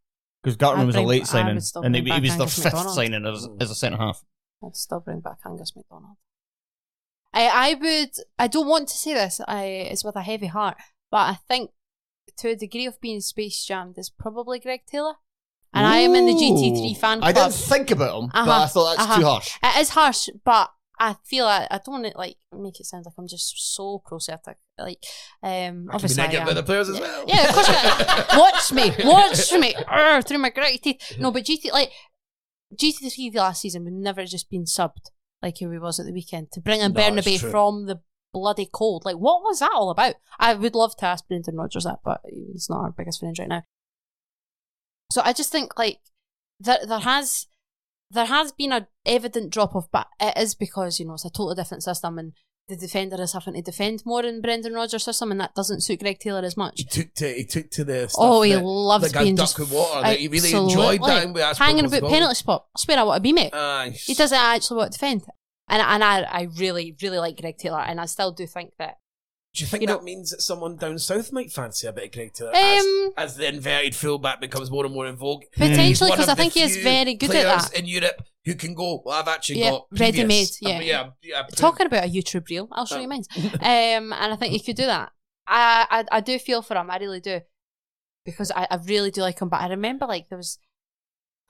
Speaker 1: Because Gutterman
Speaker 3: I'd
Speaker 1: was a
Speaker 3: bring- I
Speaker 1: late
Speaker 3: would
Speaker 1: signing,
Speaker 3: still
Speaker 1: and they,
Speaker 3: bring
Speaker 1: he was
Speaker 3: back
Speaker 1: their
Speaker 3: Angus
Speaker 1: fifth
Speaker 3: MacDonald.
Speaker 1: signing as, as a centre half.
Speaker 3: I'd still bring back Angus McDonald. I, I would. I don't want to say this. I it's with a heavy heart, but I think to a degree of being space jammed is probably Greg Taylor, and I am in the GT3 fan club.
Speaker 1: I didn't think about him, but
Speaker 3: Uh-huh,
Speaker 1: I thought that's too
Speaker 3: uh-huh.
Speaker 1: harsh.
Speaker 3: It is harsh, but I feel I, I don't want to like make it sound like I'm just so pro Celtic. Like, um,
Speaker 2: I mean,
Speaker 3: obviously,
Speaker 2: they
Speaker 3: I
Speaker 2: get
Speaker 3: am.
Speaker 2: the other players as well.
Speaker 3: Yeah, of course. I am. watch me, watch me Arr, through my gritty teeth. No, but GT like GT3 the last season would never have just been subbed like who he was at the weekend to bring in
Speaker 2: No, it's
Speaker 3: Bernabe
Speaker 2: true.
Speaker 3: from the bloody cold. Like, what was that all about? I would love to ask Brendan Rodgers that, but he's not our biggest friend right now. So I just think like there there has there has been a evident drop off, but it is because you know it's a totally different system and. The defender is having to defend more in Brendan Rodgers' system, and that doesn't suit Greg Taylor as much.
Speaker 2: He took to he took to the stuff
Speaker 3: Oh, he
Speaker 2: that-
Speaker 3: loves
Speaker 2: like a
Speaker 3: being
Speaker 2: duck
Speaker 3: just
Speaker 2: with water. That he really enjoyed
Speaker 3: absolutely
Speaker 2: down with us
Speaker 3: hanging
Speaker 2: people's
Speaker 3: about
Speaker 2: goal.
Speaker 3: penalty spot. I swear I want to be mate.
Speaker 2: Aye.
Speaker 3: he doesn't actually want to defend, and and I, I really really like Greg Taylor, and I still do think that
Speaker 2: Do you think
Speaker 3: you know-
Speaker 2: that means that someone down south might fancy a bit of Greg Taylor
Speaker 3: Um,
Speaker 2: as, as the inverted fullback becomes more and more in vogue?
Speaker 3: Potentially,
Speaker 2: He's one
Speaker 3: 'cause
Speaker 2: of
Speaker 3: I
Speaker 2: the
Speaker 3: think he is
Speaker 2: few
Speaker 3: very good at
Speaker 2: players
Speaker 3: that.
Speaker 2: In Europe, who can go? Well, I've actually
Speaker 3: Yeah,
Speaker 2: got
Speaker 3: ready-made,
Speaker 2: previous- Um,
Speaker 3: yeah.
Speaker 2: yeah, yeah.
Speaker 3: talking about a YouTube reel, I'll show you mine. Um, and I think he could do that. I, I I do feel for him. I really do, because I, I really do like him. But I remember like there was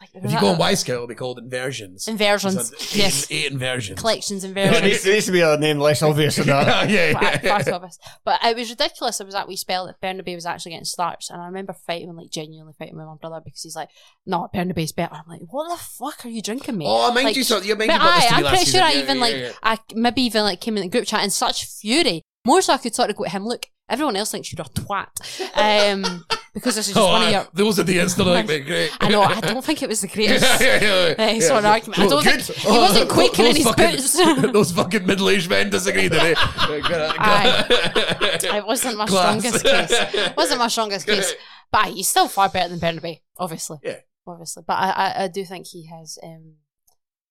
Speaker 3: like there
Speaker 2: If
Speaker 3: was
Speaker 2: you go on
Speaker 3: that-
Speaker 2: Y Scout, it'll be called inversions.
Speaker 3: Inversions,
Speaker 2: It's a-
Speaker 3: yes.
Speaker 2: eight, eight inversions.
Speaker 3: collections and
Speaker 1: It
Speaker 3: various.
Speaker 1: needs, it needs to be a name less obvious than that.
Speaker 2: yeah, yeah.
Speaker 3: Well, I- far too obvious. But it was ridiculous. It was that wee spell that Burnaby was actually getting starts, and I remember fighting, like genuinely fighting with my brother because he's like, "No, Burnaby's better." I'm like, "What the fuck are you drinking, mate?"
Speaker 2: Oh, I mind
Speaker 3: like,
Speaker 2: you something. You mind
Speaker 3: but
Speaker 2: you brought this
Speaker 3: aye,
Speaker 2: to me
Speaker 3: I'm
Speaker 2: last
Speaker 3: pretty
Speaker 2: season.
Speaker 3: sure I
Speaker 2: Yeah,
Speaker 3: even
Speaker 2: yeah,
Speaker 3: like
Speaker 2: yeah, yeah.
Speaker 3: I maybe even like came in the group chat in such fury, more so I could sort of go to him, "Look, everyone else thinks you're a twat," um, because this is just
Speaker 2: Oh,
Speaker 3: one
Speaker 2: aye,
Speaker 3: of your.
Speaker 2: those are the instant like me. Great.
Speaker 3: I know. I don't think it was the greatest.
Speaker 2: Yeah, yeah, yeah,
Speaker 3: uh,
Speaker 2: yeah.
Speaker 3: sort of argument. I
Speaker 2: Well,
Speaker 3: don't
Speaker 2: good.
Speaker 3: think he wasn't
Speaker 2: Oh,
Speaker 3: quaking in his boots.
Speaker 2: fucking, Those fucking middle-aged men disagree today.
Speaker 3: I wasn't my
Speaker 2: Class.
Speaker 3: strongest case. Wasn't my strongest case. But he's still far better than Burnaby, obviously.
Speaker 2: Yeah.
Speaker 3: Obviously. But I, I, I do think he has um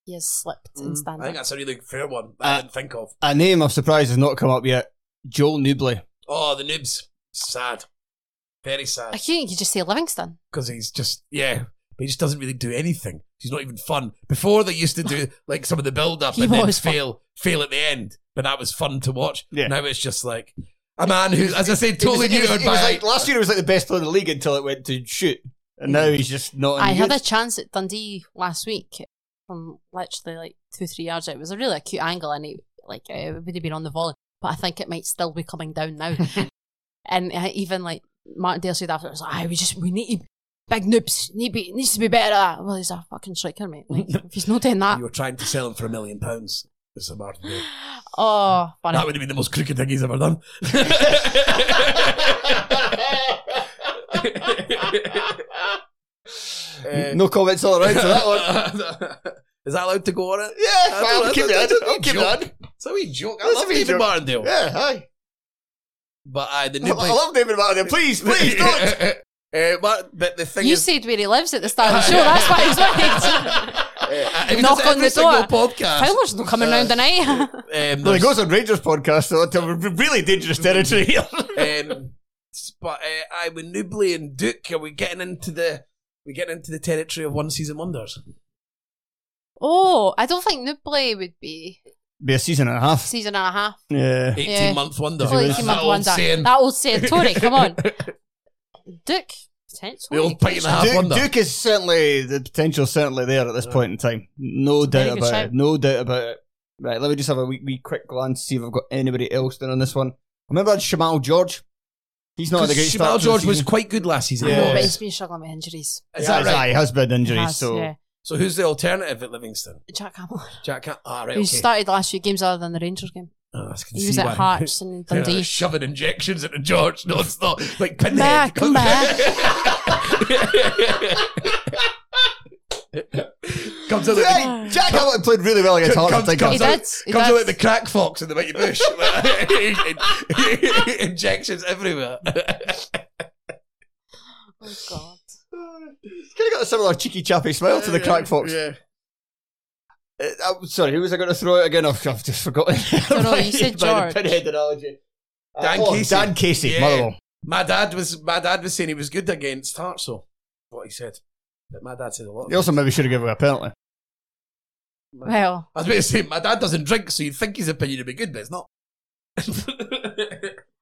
Speaker 3: he has slipped in
Speaker 2: Mm, I think
Speaker 3: standard.
Speaker 2: that's a really fair one that I
Speaker 1: Uh,
Speaker 2: didn't think of.
Speaker 1: A name I'm surprised has not come up yet. Joel Newbley.
Speaker 2: Oh, the noobs. Sad. Very sad.
Speaker 3: I think you could just say Livingston.
Speaker 2: because he's just yeah, but he just doesn't really do anything. He's not even fun. Before they used to do like some of the build up
Speaker 3: He
Speaker 2: and then
Speaker 3: was fun.
Speaker 2: fail fail at the end, but that was fun to watch.
Speaker 1: Yeah.
Speaker 2: Now it's just like a man who, as I said, totally
Speaker 1: He
Speaker 2: new
Speaker 1: was-
Speaker 2: to
Speaker 1: he was
Speaker 2: it.
Speaker 1: like, last year he was like the best player in the league until it went to shoot, and now he's just not.
Speaker 3: I
Speaker 1: any
Speaker 3: had
Speaker 1: good.
Speaker 3: a chance at Dundee last week from literally like two, three yards out. It was a really acute angle and it like uh, it would have been on the volley. But I think it might still be coming down now. and uh, even like Martin Dale said after it was like, "Aye, we just we need to- big noobs, need be, needs to be better at that. Well he's a fucking striker, mate. Like if he's not doing that
Speaker 2: You were trying to sell him for a million pounds. It's a Martin. Day.
Speaker 3: Oh, funny.
Speaker 2: That would have been the most crooked thing he's ever done.
Speaker 1: Uh, no comments all around to that one.
Speaker 2: Is that allowed to go on it?
Speaker 1: Yeah,
Speaker 2: I
Speaker 1: I'll
Speaker 2: don't-
Speaker 1: keep it.
Speaker 2: that's
Speaker 1: on.
Speaker 2: a
Speaker 1: I'll keep it.
Speaker 2: joke.
Speaker 1: on.
Speaker 2: It's a wee joke. I
Speaker 1: That's
Speaker 2: love
Speaker 1: a wee
Speaker 2: David
Speaker 1: joke.
Speaker 2: Martindale.
Speaker 1: Yeah, hi.
Speaker 2: But I the
Speaker 1: I
Speaker 2: new place-
Speaker 1: love David Martin. Please, please don't.
Speaker 2: Uh, but, but the thing
Speaker 3: you
Speaker 2: is,
Speaker 3: said where he lives at the start of the show. That's why he's right.
Speaker 2: uh, if he
Speaker 3: knock
Speaker 2: does
Speaker 3: on
Speaker 2: every
Speaker 3: the
Speaker 2: single
Speaker 3: door.
Speaker 2: Podcast.
Speaker 3: Fowler's not
Speaker 2: Uh,
Speaker 3: coming round tonight.
Speaker 2: Um,
Speaker 1: Well, he
Speaker 2: there's-
Speaker 1: goes on Rangers podcast, so it's a really dangerous territory here.
Speaker 2: um, s- but uh, I with Nubly and Duke, are we getting into the we getting into the territory of one season wonders?
Speaker 3: oh, I don't think Nubley would be
Speaker 1: Be a season and a half.
Speaker 3: season and a half.
Speaker 1: Yeah.
Speaker 2: Eighteen
Speaker 3: Yeah.
Speaker 2: month wonder.
Speaker 3: It's like
Speaker 2: That's
Speaker 3: him
Speaker 2: that
Speaker 3: up
Speaker 2: old
Speaker 3: one day.
Speaker 2: saying.
Speaker 3: That old saying, Tory, come on. Duke,
Speaker 2: the
Speaker 3: potentially.
Speaker 2: old pint and a half
Speaker 1: Duke,
Speaker 2: wonder.
Speaker 1: Duke is certainly the potential, certainly there at this point in time. No
Speaker 3: Very
Speaker 1: doubt
Speaker 3: good
Speaker 1: about
Speaker 3: shout.
Speaker 1: it. No doubt about it. Right, let me just have a wee, wee quick glance, see if I've got anybody else down on this one. Remember I had Shamal George. He's not had a great
Speaker 2: Because
Speaker 1: start.
Speaker 2: Jamal
Speaker 1: to the
Speaker 2: George was
Speaker 1: season.
Speaker 2: quite good last season.
Speaker 3: I know,
Speaker 1: Yeah.
Speaker 3: but
Speaker 2: Yes.
Speaker 3: he's been struggling with injuries.
Speaker 2: Is that
Speaker 1: Yeah,
Speaker 2: right?
Speaker 1: He has been
Speaker 3: He
Speaker 1: injuries,
Speaker 3: has,
Speaker 1: so
Speaker 3: yeah.
Speaker 2: So who's the alternative at Livingston?
Speaker 3: Jack Hamill,
Speaker 2: Jack. Can- ah, right.
Speaker 3: who
Speaker 2: Okay.
Speaker 3: started the last few games other than the Rangers game.
Speaker 2: Oh, I can
Speaker 3: He
Speaker 2: see
Speaker 3: was
Speaker 2: why.
Speaker 3: at Hearts and
Speaker 2: Yeah,
Speaker 3: Dundee.
Speaker 2: shoving injections into George non-stop, like pinhead.
Speaker 3: back, come back.
Speaker 2: comes out like
Speaker 1: Hey, Jack Hamilton played really well against Hearts. I
Speaker 2: comes,
Speaker 1: think.
Speaker 2: comes
Speaker 3: He
Speaker 2: out,
Speaker 3: did, he
Speaker 2: comes
Speaker 3: did.
Speaker 2: out like the crack fox in the mighty bush. injections everywhere.
Speaker 3: Oh, God.
Speaker 1: He's kind of got a similar cheeky, chappy smile to the crack fox.
Speaker 2: Yeah.
Speaker 1: Uh, I'm sorry, who was I going to throw out again? I've, I've just forgotten.
Speaker 3: No, no, you said
Speaker 1: By the
Speaker 3: George.
Speaker 1: pinhead analogy. Uh,
Speaker 2: Dan
Speaker 1: oh,
Speaker 2: Casey.
Speaker 1: Dan Casey,
Speaker 2: Yeah.
Speaker 1: Motherwell.
Speaker 2: My dad was my dad was saying he was good against Hearts, so what he said. But my dad said a lot.
Speaker 1: He also maybe should have given away a penalty.
Speaker 3: Well,
Speaker 2: I was about to say my dad doesn't drink, so you'd think his opinion would be good, but it's not.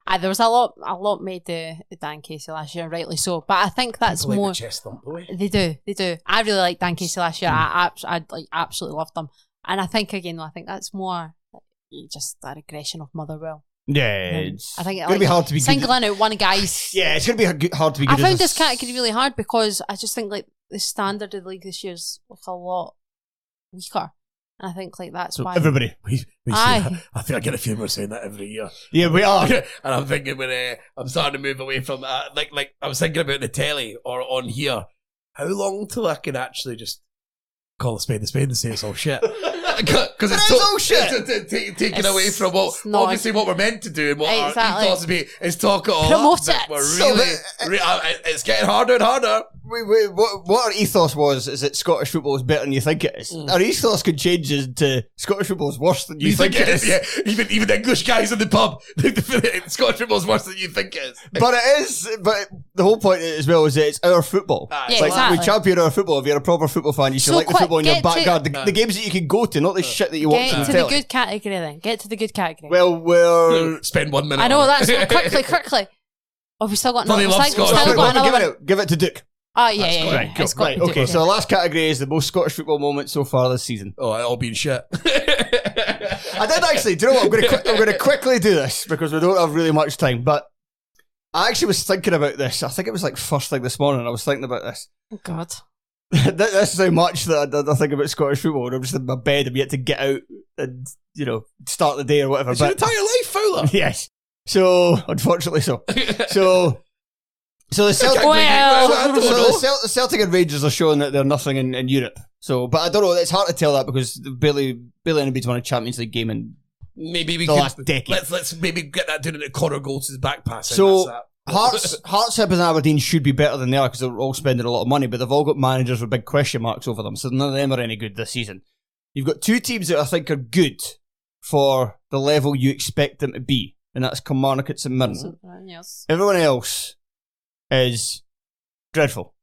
Speaker 3: aye, there was a lot, a lot made the Dan Casey last year, rightly so. But I think that's
Speaker 2: People like the
Speaker 3: more.
Speaker 2: chest thump away.
Speaker 3: They do, they do. I really like Dan Casey last
Speaker 2: Hmm.
Speaker 3: year. I, abs- I like absolutely loved them, and I think again, I think that's more like, just a regression of Motherwell.
Speaker 1: Yeah,
Speaker 3: Um,
Speaker 1: it's
Speaker 3: I think
Speaker 1: going to be
Speaker 3: like,
Speaker 1: hard to be good.
Speaker 3: singling out one guy's.
Speaker 1: Yeah, it's going to be h- hard to be good.
Speaker 3: I
Speaker 1: as
Speaker 3: found
Speaker 1: a
Speaker 3: this category really hard because I just think like the standard of the league this year's like a lot weaker, and I think like that's
Speaker 2: So
Speaker 3: why
Speaker 1: Everybody.
Speaker 2: We, we say
Speaker 3: Aye.
Speaker 2: that. I think I get a few more saying that every year.
Speaker 1: Yeah, we are.
Speaker 2: and I'm thinking when uh, I'm starting to move away from uh, like like I was thinking about the telly or on here. How long till I can actually just call a spade a spade and say it's all shit? Because it's,
Speaker 1: it's
Speaker 2: so-
Speaker 1: all shit.
Speaker 2: it's, uh, t- t- taken
Speaker 3: It's-
Speaker 2: away from what
Speaker 3: it's not-
Speaker 2: obviously what we're meant to do and what
Speaker 3: Exactly.
Speaker 2: our ethos be is talk it all
Speaker 3: Promote
Speaker 2: up, but
Speaker 3: it.
Speaker 2: We're
Speaker 1: So
Speaker 2: really,
Speaker 1: the-
Speaker 2: re- uh, it- it's getting harder and harder.
Speaker 1: We, we, what, what our ethos was is that Scottish football is better than you think it
Speaker 3: Mm.
Speaker 1: is. Our ethos could change into Scottish football is worse than you, think, it is.
Speaker 2: Yeah, even even the English guys in the pub, Scottish football's worse than you think it is.
Speaker 1: But it is. But the whole point as well is that it's our football.
Speaker 2: Aye.
Speaker 1: It's
Speaker 3: Yeah,
Speaker 1: like
Speaker 3: exactly.
Speaker 1: we champion our football. If you're a proper football fan, you should
Speaker 3: So
Speaker 1: like the
Speaker 3: quick,
Speaker 1: football in your
Speaker 3: get to-
Speaker 1: backyard. The,
Speaker 2: No.
Speaker 1: the games that you can go to, not the shit that you watch on
Speaker 3: get to
Speaker 1: the
Speaker 3: the
Speaker 1: telly.
Speaker 3: good category then. Get to the good category.
Speaker 1: well, we're
Speaker 2: Spend one minute.
Speaker 3: I know
Speaker 2: on it.
Speaker 3: that's not quickly, quickly. Oh, we still got another.
Speaker 2: Funny
Speaker 3: We
Speaker 2: love
Speaker 3: still, we
Speaker 2: Scotland.
Speaker 3: still
Speaker 2: I've
Speaker 1: Quick,
Speaker 3: got
Speaker 1: one,
Speaker 3: another
Speaker 1: give, it
Speaker 3: one.
Speaker 1: out. give it to Duke.
Speaker 3: Oh yeah, yeah, yeah.
Speaker 1: Right,
Speaker 3: yeah.
Speaker 1: cool.
Speaker 3: It's got
Speaker 1: Right,
Speaker 3: to do
Speaker 1: okay.
Speaker 3: it.
Speaker 1: So the last category is the most Scottish football moment so far this season.
Speaker 2: Oh, it all being shit.
Speaker 1: I did actually. Do you know what? I'm going to I'm going to quickly do this because we don't have really much time. But I actually was thinking about this. I think it was like first thing this morning. I was thinking about this.
Speaker 3: Oh, God,
Speaker 1: Th- this is how much that I, that I think about Scottish football. and I'm just in my bed. I'm yet to get out and you know start the day or whatever.
Speaker 2: It's your
Speaker 1: But
Speaker 2: entire life, Fowler.
Speaker 1: yes, so unfortunately, so so so the Celtic.
Speaker 3: Well.
Speaker 1: so the Cel- the Celtic and Rangers are showing that they're nothing in, in Europe. So, but I don't know. It's hard to tell that because barely, barely anybody's won a Champions League game in
Speaker 2: maybe we
Speaker 1: the
Speaker 2: could-
Speaker 1: last decade.
Speaker 2: Let's let's maybe get that down in the corner goal to the back pass. and
Speaker 1: So-
Speaker 2: that's that.
Speaker 1: Hearts, Hearts, Hibs, and Aberdeen should be better than they are because they're all spending a lot of money, but they've all got managers with big question marks over them, so none of them are any good this season. You've got two teams that I think are good for the level you expect them to be, and that's Kilmarnock and St Mirren.
Speaker 3: Something else.
Speaker 1: Everyone else is dreadful.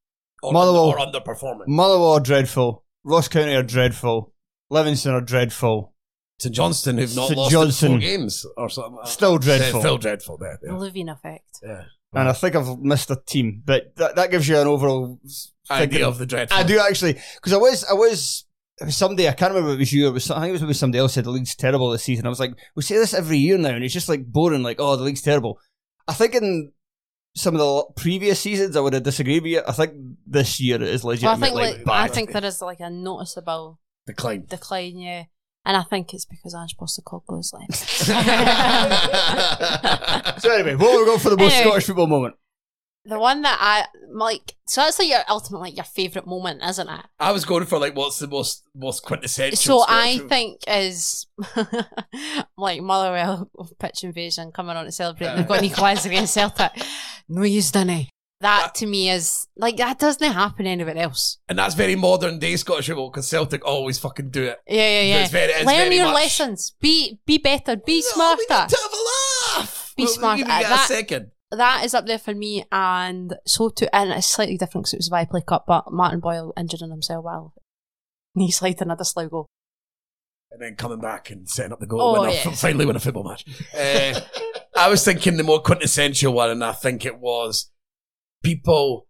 Speaker 2: or,
Speaker 1: Motherwell.
Speaker 2: or underperforming.
Speaker 1: Motherwell are dreadful. Ross County are dreadful. Livingston are dreadful.
Speaker 2: St Johnston, who've not
Speaker 1: St
Speaker 2: lost
Speaker 1: Johnstone.
Speaker 2: in four games or something. like that.
Speaker 1: Still dreadful.
Speaker 2: Yeah, still dreadful. There.
Speaker 3: The Levine effect.
Speaker 2: Yeah.
Speaker 1: And I think I've missed a team, but that, that gives you an overall s-
Speaker 2: Idea
Speaker 1: figure.
Speaker 2: of the dreadful.
Speaker 1: I do actually because I was I was it was somebody I can't remember if it was you or it was I think it was maybe somebody else said the league's terrible this season. I was like, we say this every year now, and it's just like boring. Like, oh, the league's terrible. I think in some of the l- previous seasons I would have disagreed with you. I think this year it is
Speaker 3: Well, I
Speaker 1: legitimately
Speaker 3: think like,
Speaker 1: bad.
Speaker 3: I think there is like a noticeable
Speaker 2: decline.
Speaker 3: decline. Yeah, and I think it's because Ange Postecoglou is left.
Speaker 1: so anyway, what we got for the most
Speaker 3: Anyway.
Speaker 1: Scottish football moment?
Speaker 3: the one that I like. So that's like your ultimate, like your favorite moment, isn't it?
Speaker 2: I was going for like what's the most most quintessential.
Speaker 3: So
Speaker 2: Scottish
Speaker 3: I
Speaker 2: football.
Speaker 3: think is like Motherwell pitch invasion coming on to celebrate.
Speaker 2: Uh.
Speaker 3: They've got an equaliser against Celtic. No use done it. That to me is like that doesn't happen anywhere else.
Speaker 2: and that's very modern day Scottish football because Celtic always fucking do it.
Speaker 3: Yeah, yeah, yeah.
Speaker 2: It's very- it's
Speaker 3: Learn
Speaker 2: very
Speaker 3: your
Speaker 2: much-
Speaker 3: lessons. Be be better. Be
Speaker 2: No, we need
Speaker 3: smarter.
Speaker 2: to have a laugh.
Speaker 3: Be
Speaker 2: We'll
Speaker 3: smart
Speaker 2: Give you
Speaker 3: at
Speaker 2: guys
Speaker 3: that.
Speaker 2: a second.
Speaker 3: that is up there for me, and so too. And it's slightly different because it was a play cup, but Martin Boyle injuring himself well. Knee slide another Sligo.
Speaker 2: and then coming back and setting up the goal
Speaker 3: Oh,
Speaker 2: when I
Speaker 3: yeah.
Speaker 2: f- finally win a football match. Uh, I was thinking the more quintessential one, and I think it was people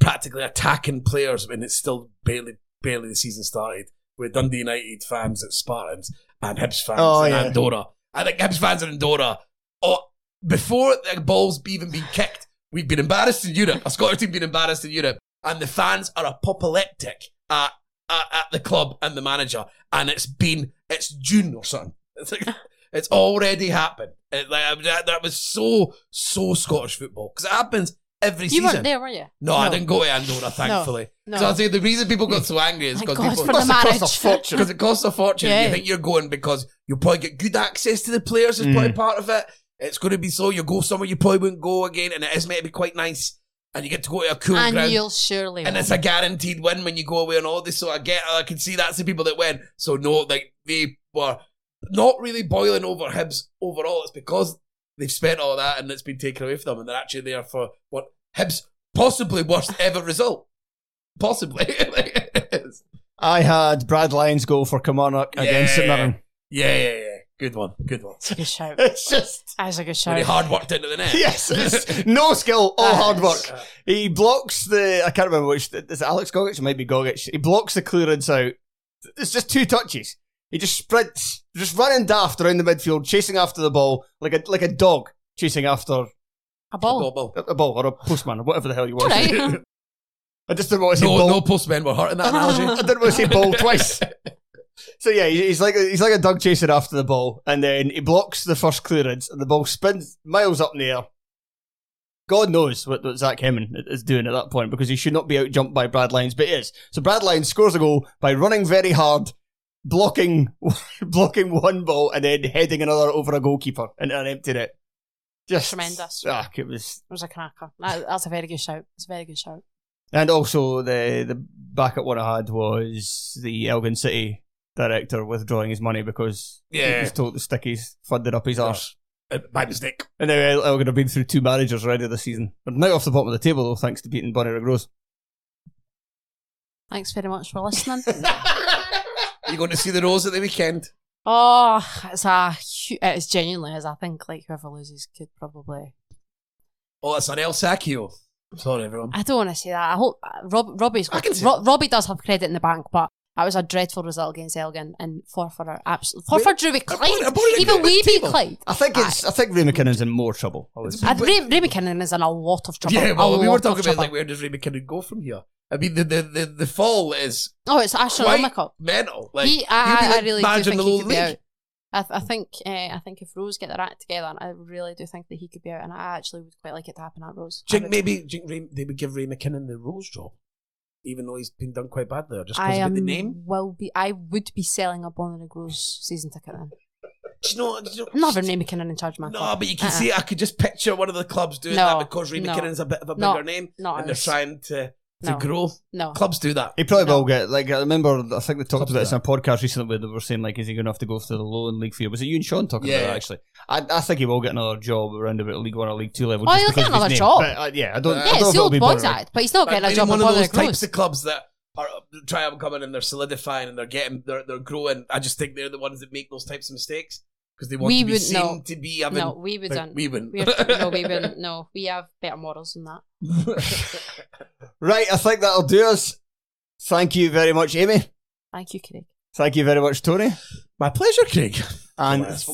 Speaker 2: practically attacking players when it's still barely barely the season started with Dundee United fans at Spartans and Hibs fans
Speaker 1: Oh,
Speaker 2: in
Speaker 1: yeah.
Speaker 2: Andorra. I think Hibs fans in Andorra, oh, before the ball's be- even been kicked, we've been embarrassed in Europe. Our Scottish team been embarrassed in Europe, and the fans are apoplectic at, at, at the club and the manager. And it's been it's June or something. It's like it's already happened. It, like, I- that, that was so so Scottish football because it happens every
Speaker 3: You
Speaker 2: season.
Speaker 3: weren't there, were you?
Speaker 2: No, I didn't go to Andorra, thankfully.
Speaker 3: No.
Speaker 2: So I say the reason people got so angry is
Speaker 3: Thank
Speaker 2: because
Speaker 3: God
Speaker 2: people
Speaker 3: for the marriage.
Speaker 2: because it costs a fortune.
Speaker 3: Yeah.
Speaker 2: You think you're going because you'll probably get good access to the players is probably part of it. It's going to be so you go somewhere you probably wouldn't go again, and it is meant to be quite nice. and you get to go to a cool
Speaker 3: and
Speaker 2: ground.
Speaker 3: you'll surely
Speaker 2: and
Speaker 3: win.
Speaker 2: it's a guaranteed win when you go away on holiday. So I get, I can see that's the people that win. So no, like they were not really boiling over Hibs overall. It's because they've spent all that and it's been taken away from them, and they're actually there for what Hibs possibly worst ever result, possibly. Like, it's-
Speaker 1: I had Brad Lyons go for Kilmarnock against St Mirren.
Speaker 2: yeah, yeah, yeah. Good one, good one.
Speaker 3: That's a good shout.
Speaker 1: It's just
Speaker 3: That's a good
Speaker 2: Really
Speaker 3: shout.
Speaker 2: hard worked into the net.
Speaker 1: yes, it's no skill, all hard work.
Speaker 2: Uh,
Speaker 1: He blocks the I can't remember which is it Alex Gogic or maybe Gogic. He blocks the clearance out. It's just two touches. He just sprints, just running daft around the midfield, chasing after the ball like a like a dog chasing after
Speaker 3: A
Speaker 2: ball,
Speaker 3: ball.
Speaker 2: ball.
Speaker 1: a ball or a postman or whatever the hell you
Speaker 3: All
Speaker 1: want.
Speaker 3: right.
Speaker 1: I just didn't want to say
Speaker 2: No,
Speaker 1: ball.
Speaker 2: no postmen were hurt in that
Speaker 1: I
Speaker 2: analogy.
Speaker 1: didn't want to say ball twice. So yeah, he- he's like he's like a dog chasing after the ball, and then he blocks the first clearance, and the ball spins miles up in the air. God knows what, what Zach Hemming is doing at that point because he should not be out jumped by Brad Lyons, but he is. So Brad Lyons scores a goal by running very hard, blocking blocking one ball, and then heading another over a goalkeeper into an empty net. Just
Speaker 3: Tremendous.
Speaker 1: Ah, it was
Speaker 3: It was a cracker. That, that's a very good shout. It's a very good shout.
Speaker 1: And also the the backup one I had was the Elgin City director withdrawing his money because
Speaker 2: Yeah.
Speaker 1: he was told the stickies funded up his arse.
Speaker 2: Uh, By mistake.
Speaker 1: And now El- Elgin have been through two managers already this season. They're now off the bottom of the table though, thanks to beating Bonnie Rose.
Speaker 3: Thanks very much for listening.
Speaker 2: You going to see the Rose at the weekend?
Speaker 3: oh, it's a hu- it is genuinely is. I think like whoever loses could probably.
Speaker 2: Oh, it's an El Sacchio. Sorry, everyone.
Speaker 3: I don't want to say that. I hope uh, Rob, Robbie's
Speaker 2: I
Speaker 3: got,
Speaker 2: can see
Speaker 3: Ro- Robbie does have credit in the bank, but. That was a dreadful result against Elgin and Forfar are absolutely. Forfar drew with
Speaker 2: I
Speaker 3: Clyde.
Speaker 2: bought- I bought it at
Speaker 3: Even
Speaker 2: the
Speaker 3: we beat
Speaker 2: table.
Speaker 3: Clyde.
Speaker 1: I think it's I think Ray McKinnon's in more trouble.
Speaker 2: Oh,
Speaker 1: I would say.
Speaker 3: I, Ray, Ray McKinnon is in a lot of trouble.
Speaker 2: Yeah,
Speaker 3: a
Speaker 2: well, we
Speaker 3: lot
Speaker 2: were
Speaker 3: of
Speaker 2: talking about
Speaker 3: trouble.
Speaker 2: like where does Ray McKinnon go from here? I mean, the the the, the fall is
Speaker 3: oh, it's
Speaker 2: quite
Speaker 3: astronomical.
Speaker 2: mental. Like,
Speaker 3: he,
Speaker 2: he'll be,
Speaker 3: I, I, I
Speaker 2: like,
Speaker 3: really do
Speaker 2: managing
Speaker 3: think
Speaker 2: the
Speaker 3: he
Speaker 2: lower
Speaker 3: could be out.
Speaker 2: league.
Speaker 3: I, th- I think uh, I think if Rose get their act together, I really do think that he could be out, and I actually would quite like it to happen at Rose.
Speaker 2: Do you
Speaker 3: I
Speaker 2: think
Speaker 3: would-
Speaker 2: maybe do you think Ray, they would give Ray McKinnon the Rose job, even though he's been done quite bad there, just
Speaker 3: I
Speaker 2: because of
Speaker 3: am
Speaker 2: the name?
Speaker 3: will be. I would be selling a Bonner and Rose season ticket then.
Speaker 2: Do you know? Do you know
Speaker 3: I'm not having Ray McKinnon in charge of my
Speaker 2: no,
Speaker 3: club.
Speaker 2: but you can
Speaker 3: Uh-uh.
Speaker 2: see I could just picture one of the clubs doing
Speaker 3: No,
Speaker 2: that because Ray
Speaker 3: no.
Speaker 2: McKinnon's a bit of a bigger
Speaker 3: No,
Speaker 2: name,
Speaker 3: no,
Speaker 2: and they're
Speaker 3: it's-
Speaker 2: trying to to
Speaker 3: no.
Speaker 2: grow.
Speaker 3: No,
Speaker 2: Clubs do that.
Speaker 1: He probably
Speaker 3: No.
Speaker 1: will get like I remember I think they talked
Speaker 2: Clubs
Speaker 1: about this
Speaker 2: do
Speaker 1: in a podcast recently where they were saying like is he gonna have to go for the loan league for you? Was it you and Sean talking
Speaker 2: Yeah.
Speaker 1: about it actually? I, I think he will get another job around about League One or League Two level.
Speaker 3: Oh,
Speaker 1: just
Speaker 3: he'll
Speaker 1: because
Speaker 3: get
Speaker 1: of his
Speaker 3: another
Speaker 1: name.
Speaker 3: job.
Speaker 1: But, uh, yeah, I don't I
Speaker 2: Yeah,
Speaker 3: yeah,
Speaker 1: don't know
Speaker 3: it's
Speaker 1: if
Speaker 3: the
Speaker 1: it'll
Speaker 3: old
Speaker 1: be
Speaker 3: Bonds
Speaker 1: Bonner.
Speaker 3: Act, but he's not
Speaker 2: Like,
Speaker 3: getting a
Speaker 2: maybe
Speaker 3: job at
Speaker 2: one of
Speaker 3: Bonner
Speaker 2: those
Speaker 3: and
Speaker 2: types
Speaker 3: Rose.
Speaker 2: of clubs that are try and coming and they're solidifying and they're getting they're, they're growing. I just think they're the ones that make those types of mistakes because they want
Speaker 3: We
Speaker 2: to be
Speaker 3: would-
Speaker 2: seen
Speaker 3: no.
Speaker 2: to be having.
Speaker 3: No, we
Speaker 2: like,
Speaker 3: wouldn't.
Speaker 2: we wouldn't.
Speaker 3: We're, no, we wouldn't. No, we have better models than that.
Speaker 1: Right, I think that'll do us. Thank you very much, Amy.
Speaker 3: Thank you, Craig.
Speaker 1: Thank you very much, Tony.
Speaker 2: My pleasure, Craig.
Speaker 1: And
Speaker 2: Yes.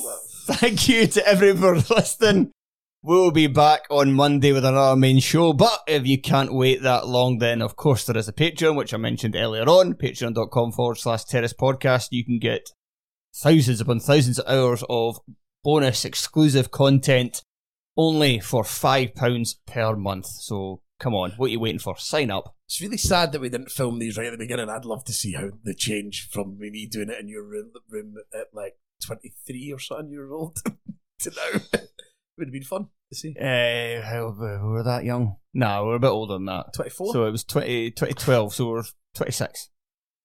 Speaker 1: thank you to everyone for listening. We'll be back on Monday with another main show. But if you can't wait that long, then of course there is a Patreon, which I mentioned earlier on patreon.com forward slash terrace podcast. You can get thousands upon thousands of hours of bonus exclusive content only for £5 per month. So come on, what are you waiting for? Sign up.
Speaker 2: It's really sad that we didn't film these right at the beginning. I'd love to see how the change from me doing it in your room, room at like twenty three or something years old to now would have been fun to see.
Speaker 1: Uh, how- we were that young? No, we we're a bit older than that.
Speaker 2: Twenty four.
Speaker 1: So it was 20, 2012, so we we're 26.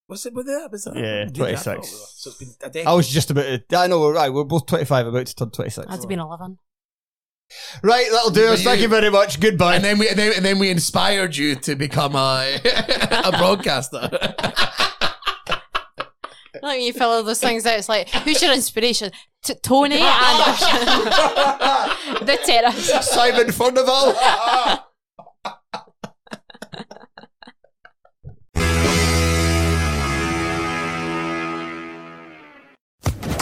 Speaker 2: was it with that? Was that?
Speaker 1: Yeah,
Speaker 2: Did I
Speaker 1: 26.
Speaker 2: thought we were. Oh, So it's been a decade.
Speaker 1: I was just about to. I know, we're right. We're both 25, about to turn 26.
Speaker 3: I'd have been eleven.
Speaker 1: Right, that'll do us. Thank you very much. Goodbye.
Speaker 2: and then we and then, and then we inspired you to become a a broadcaster.
Speaker 3: Like when you fill all those things out, it's like, who's your inspiration? T- Tony and the terrace.
Speaker 1: Simon Furnival.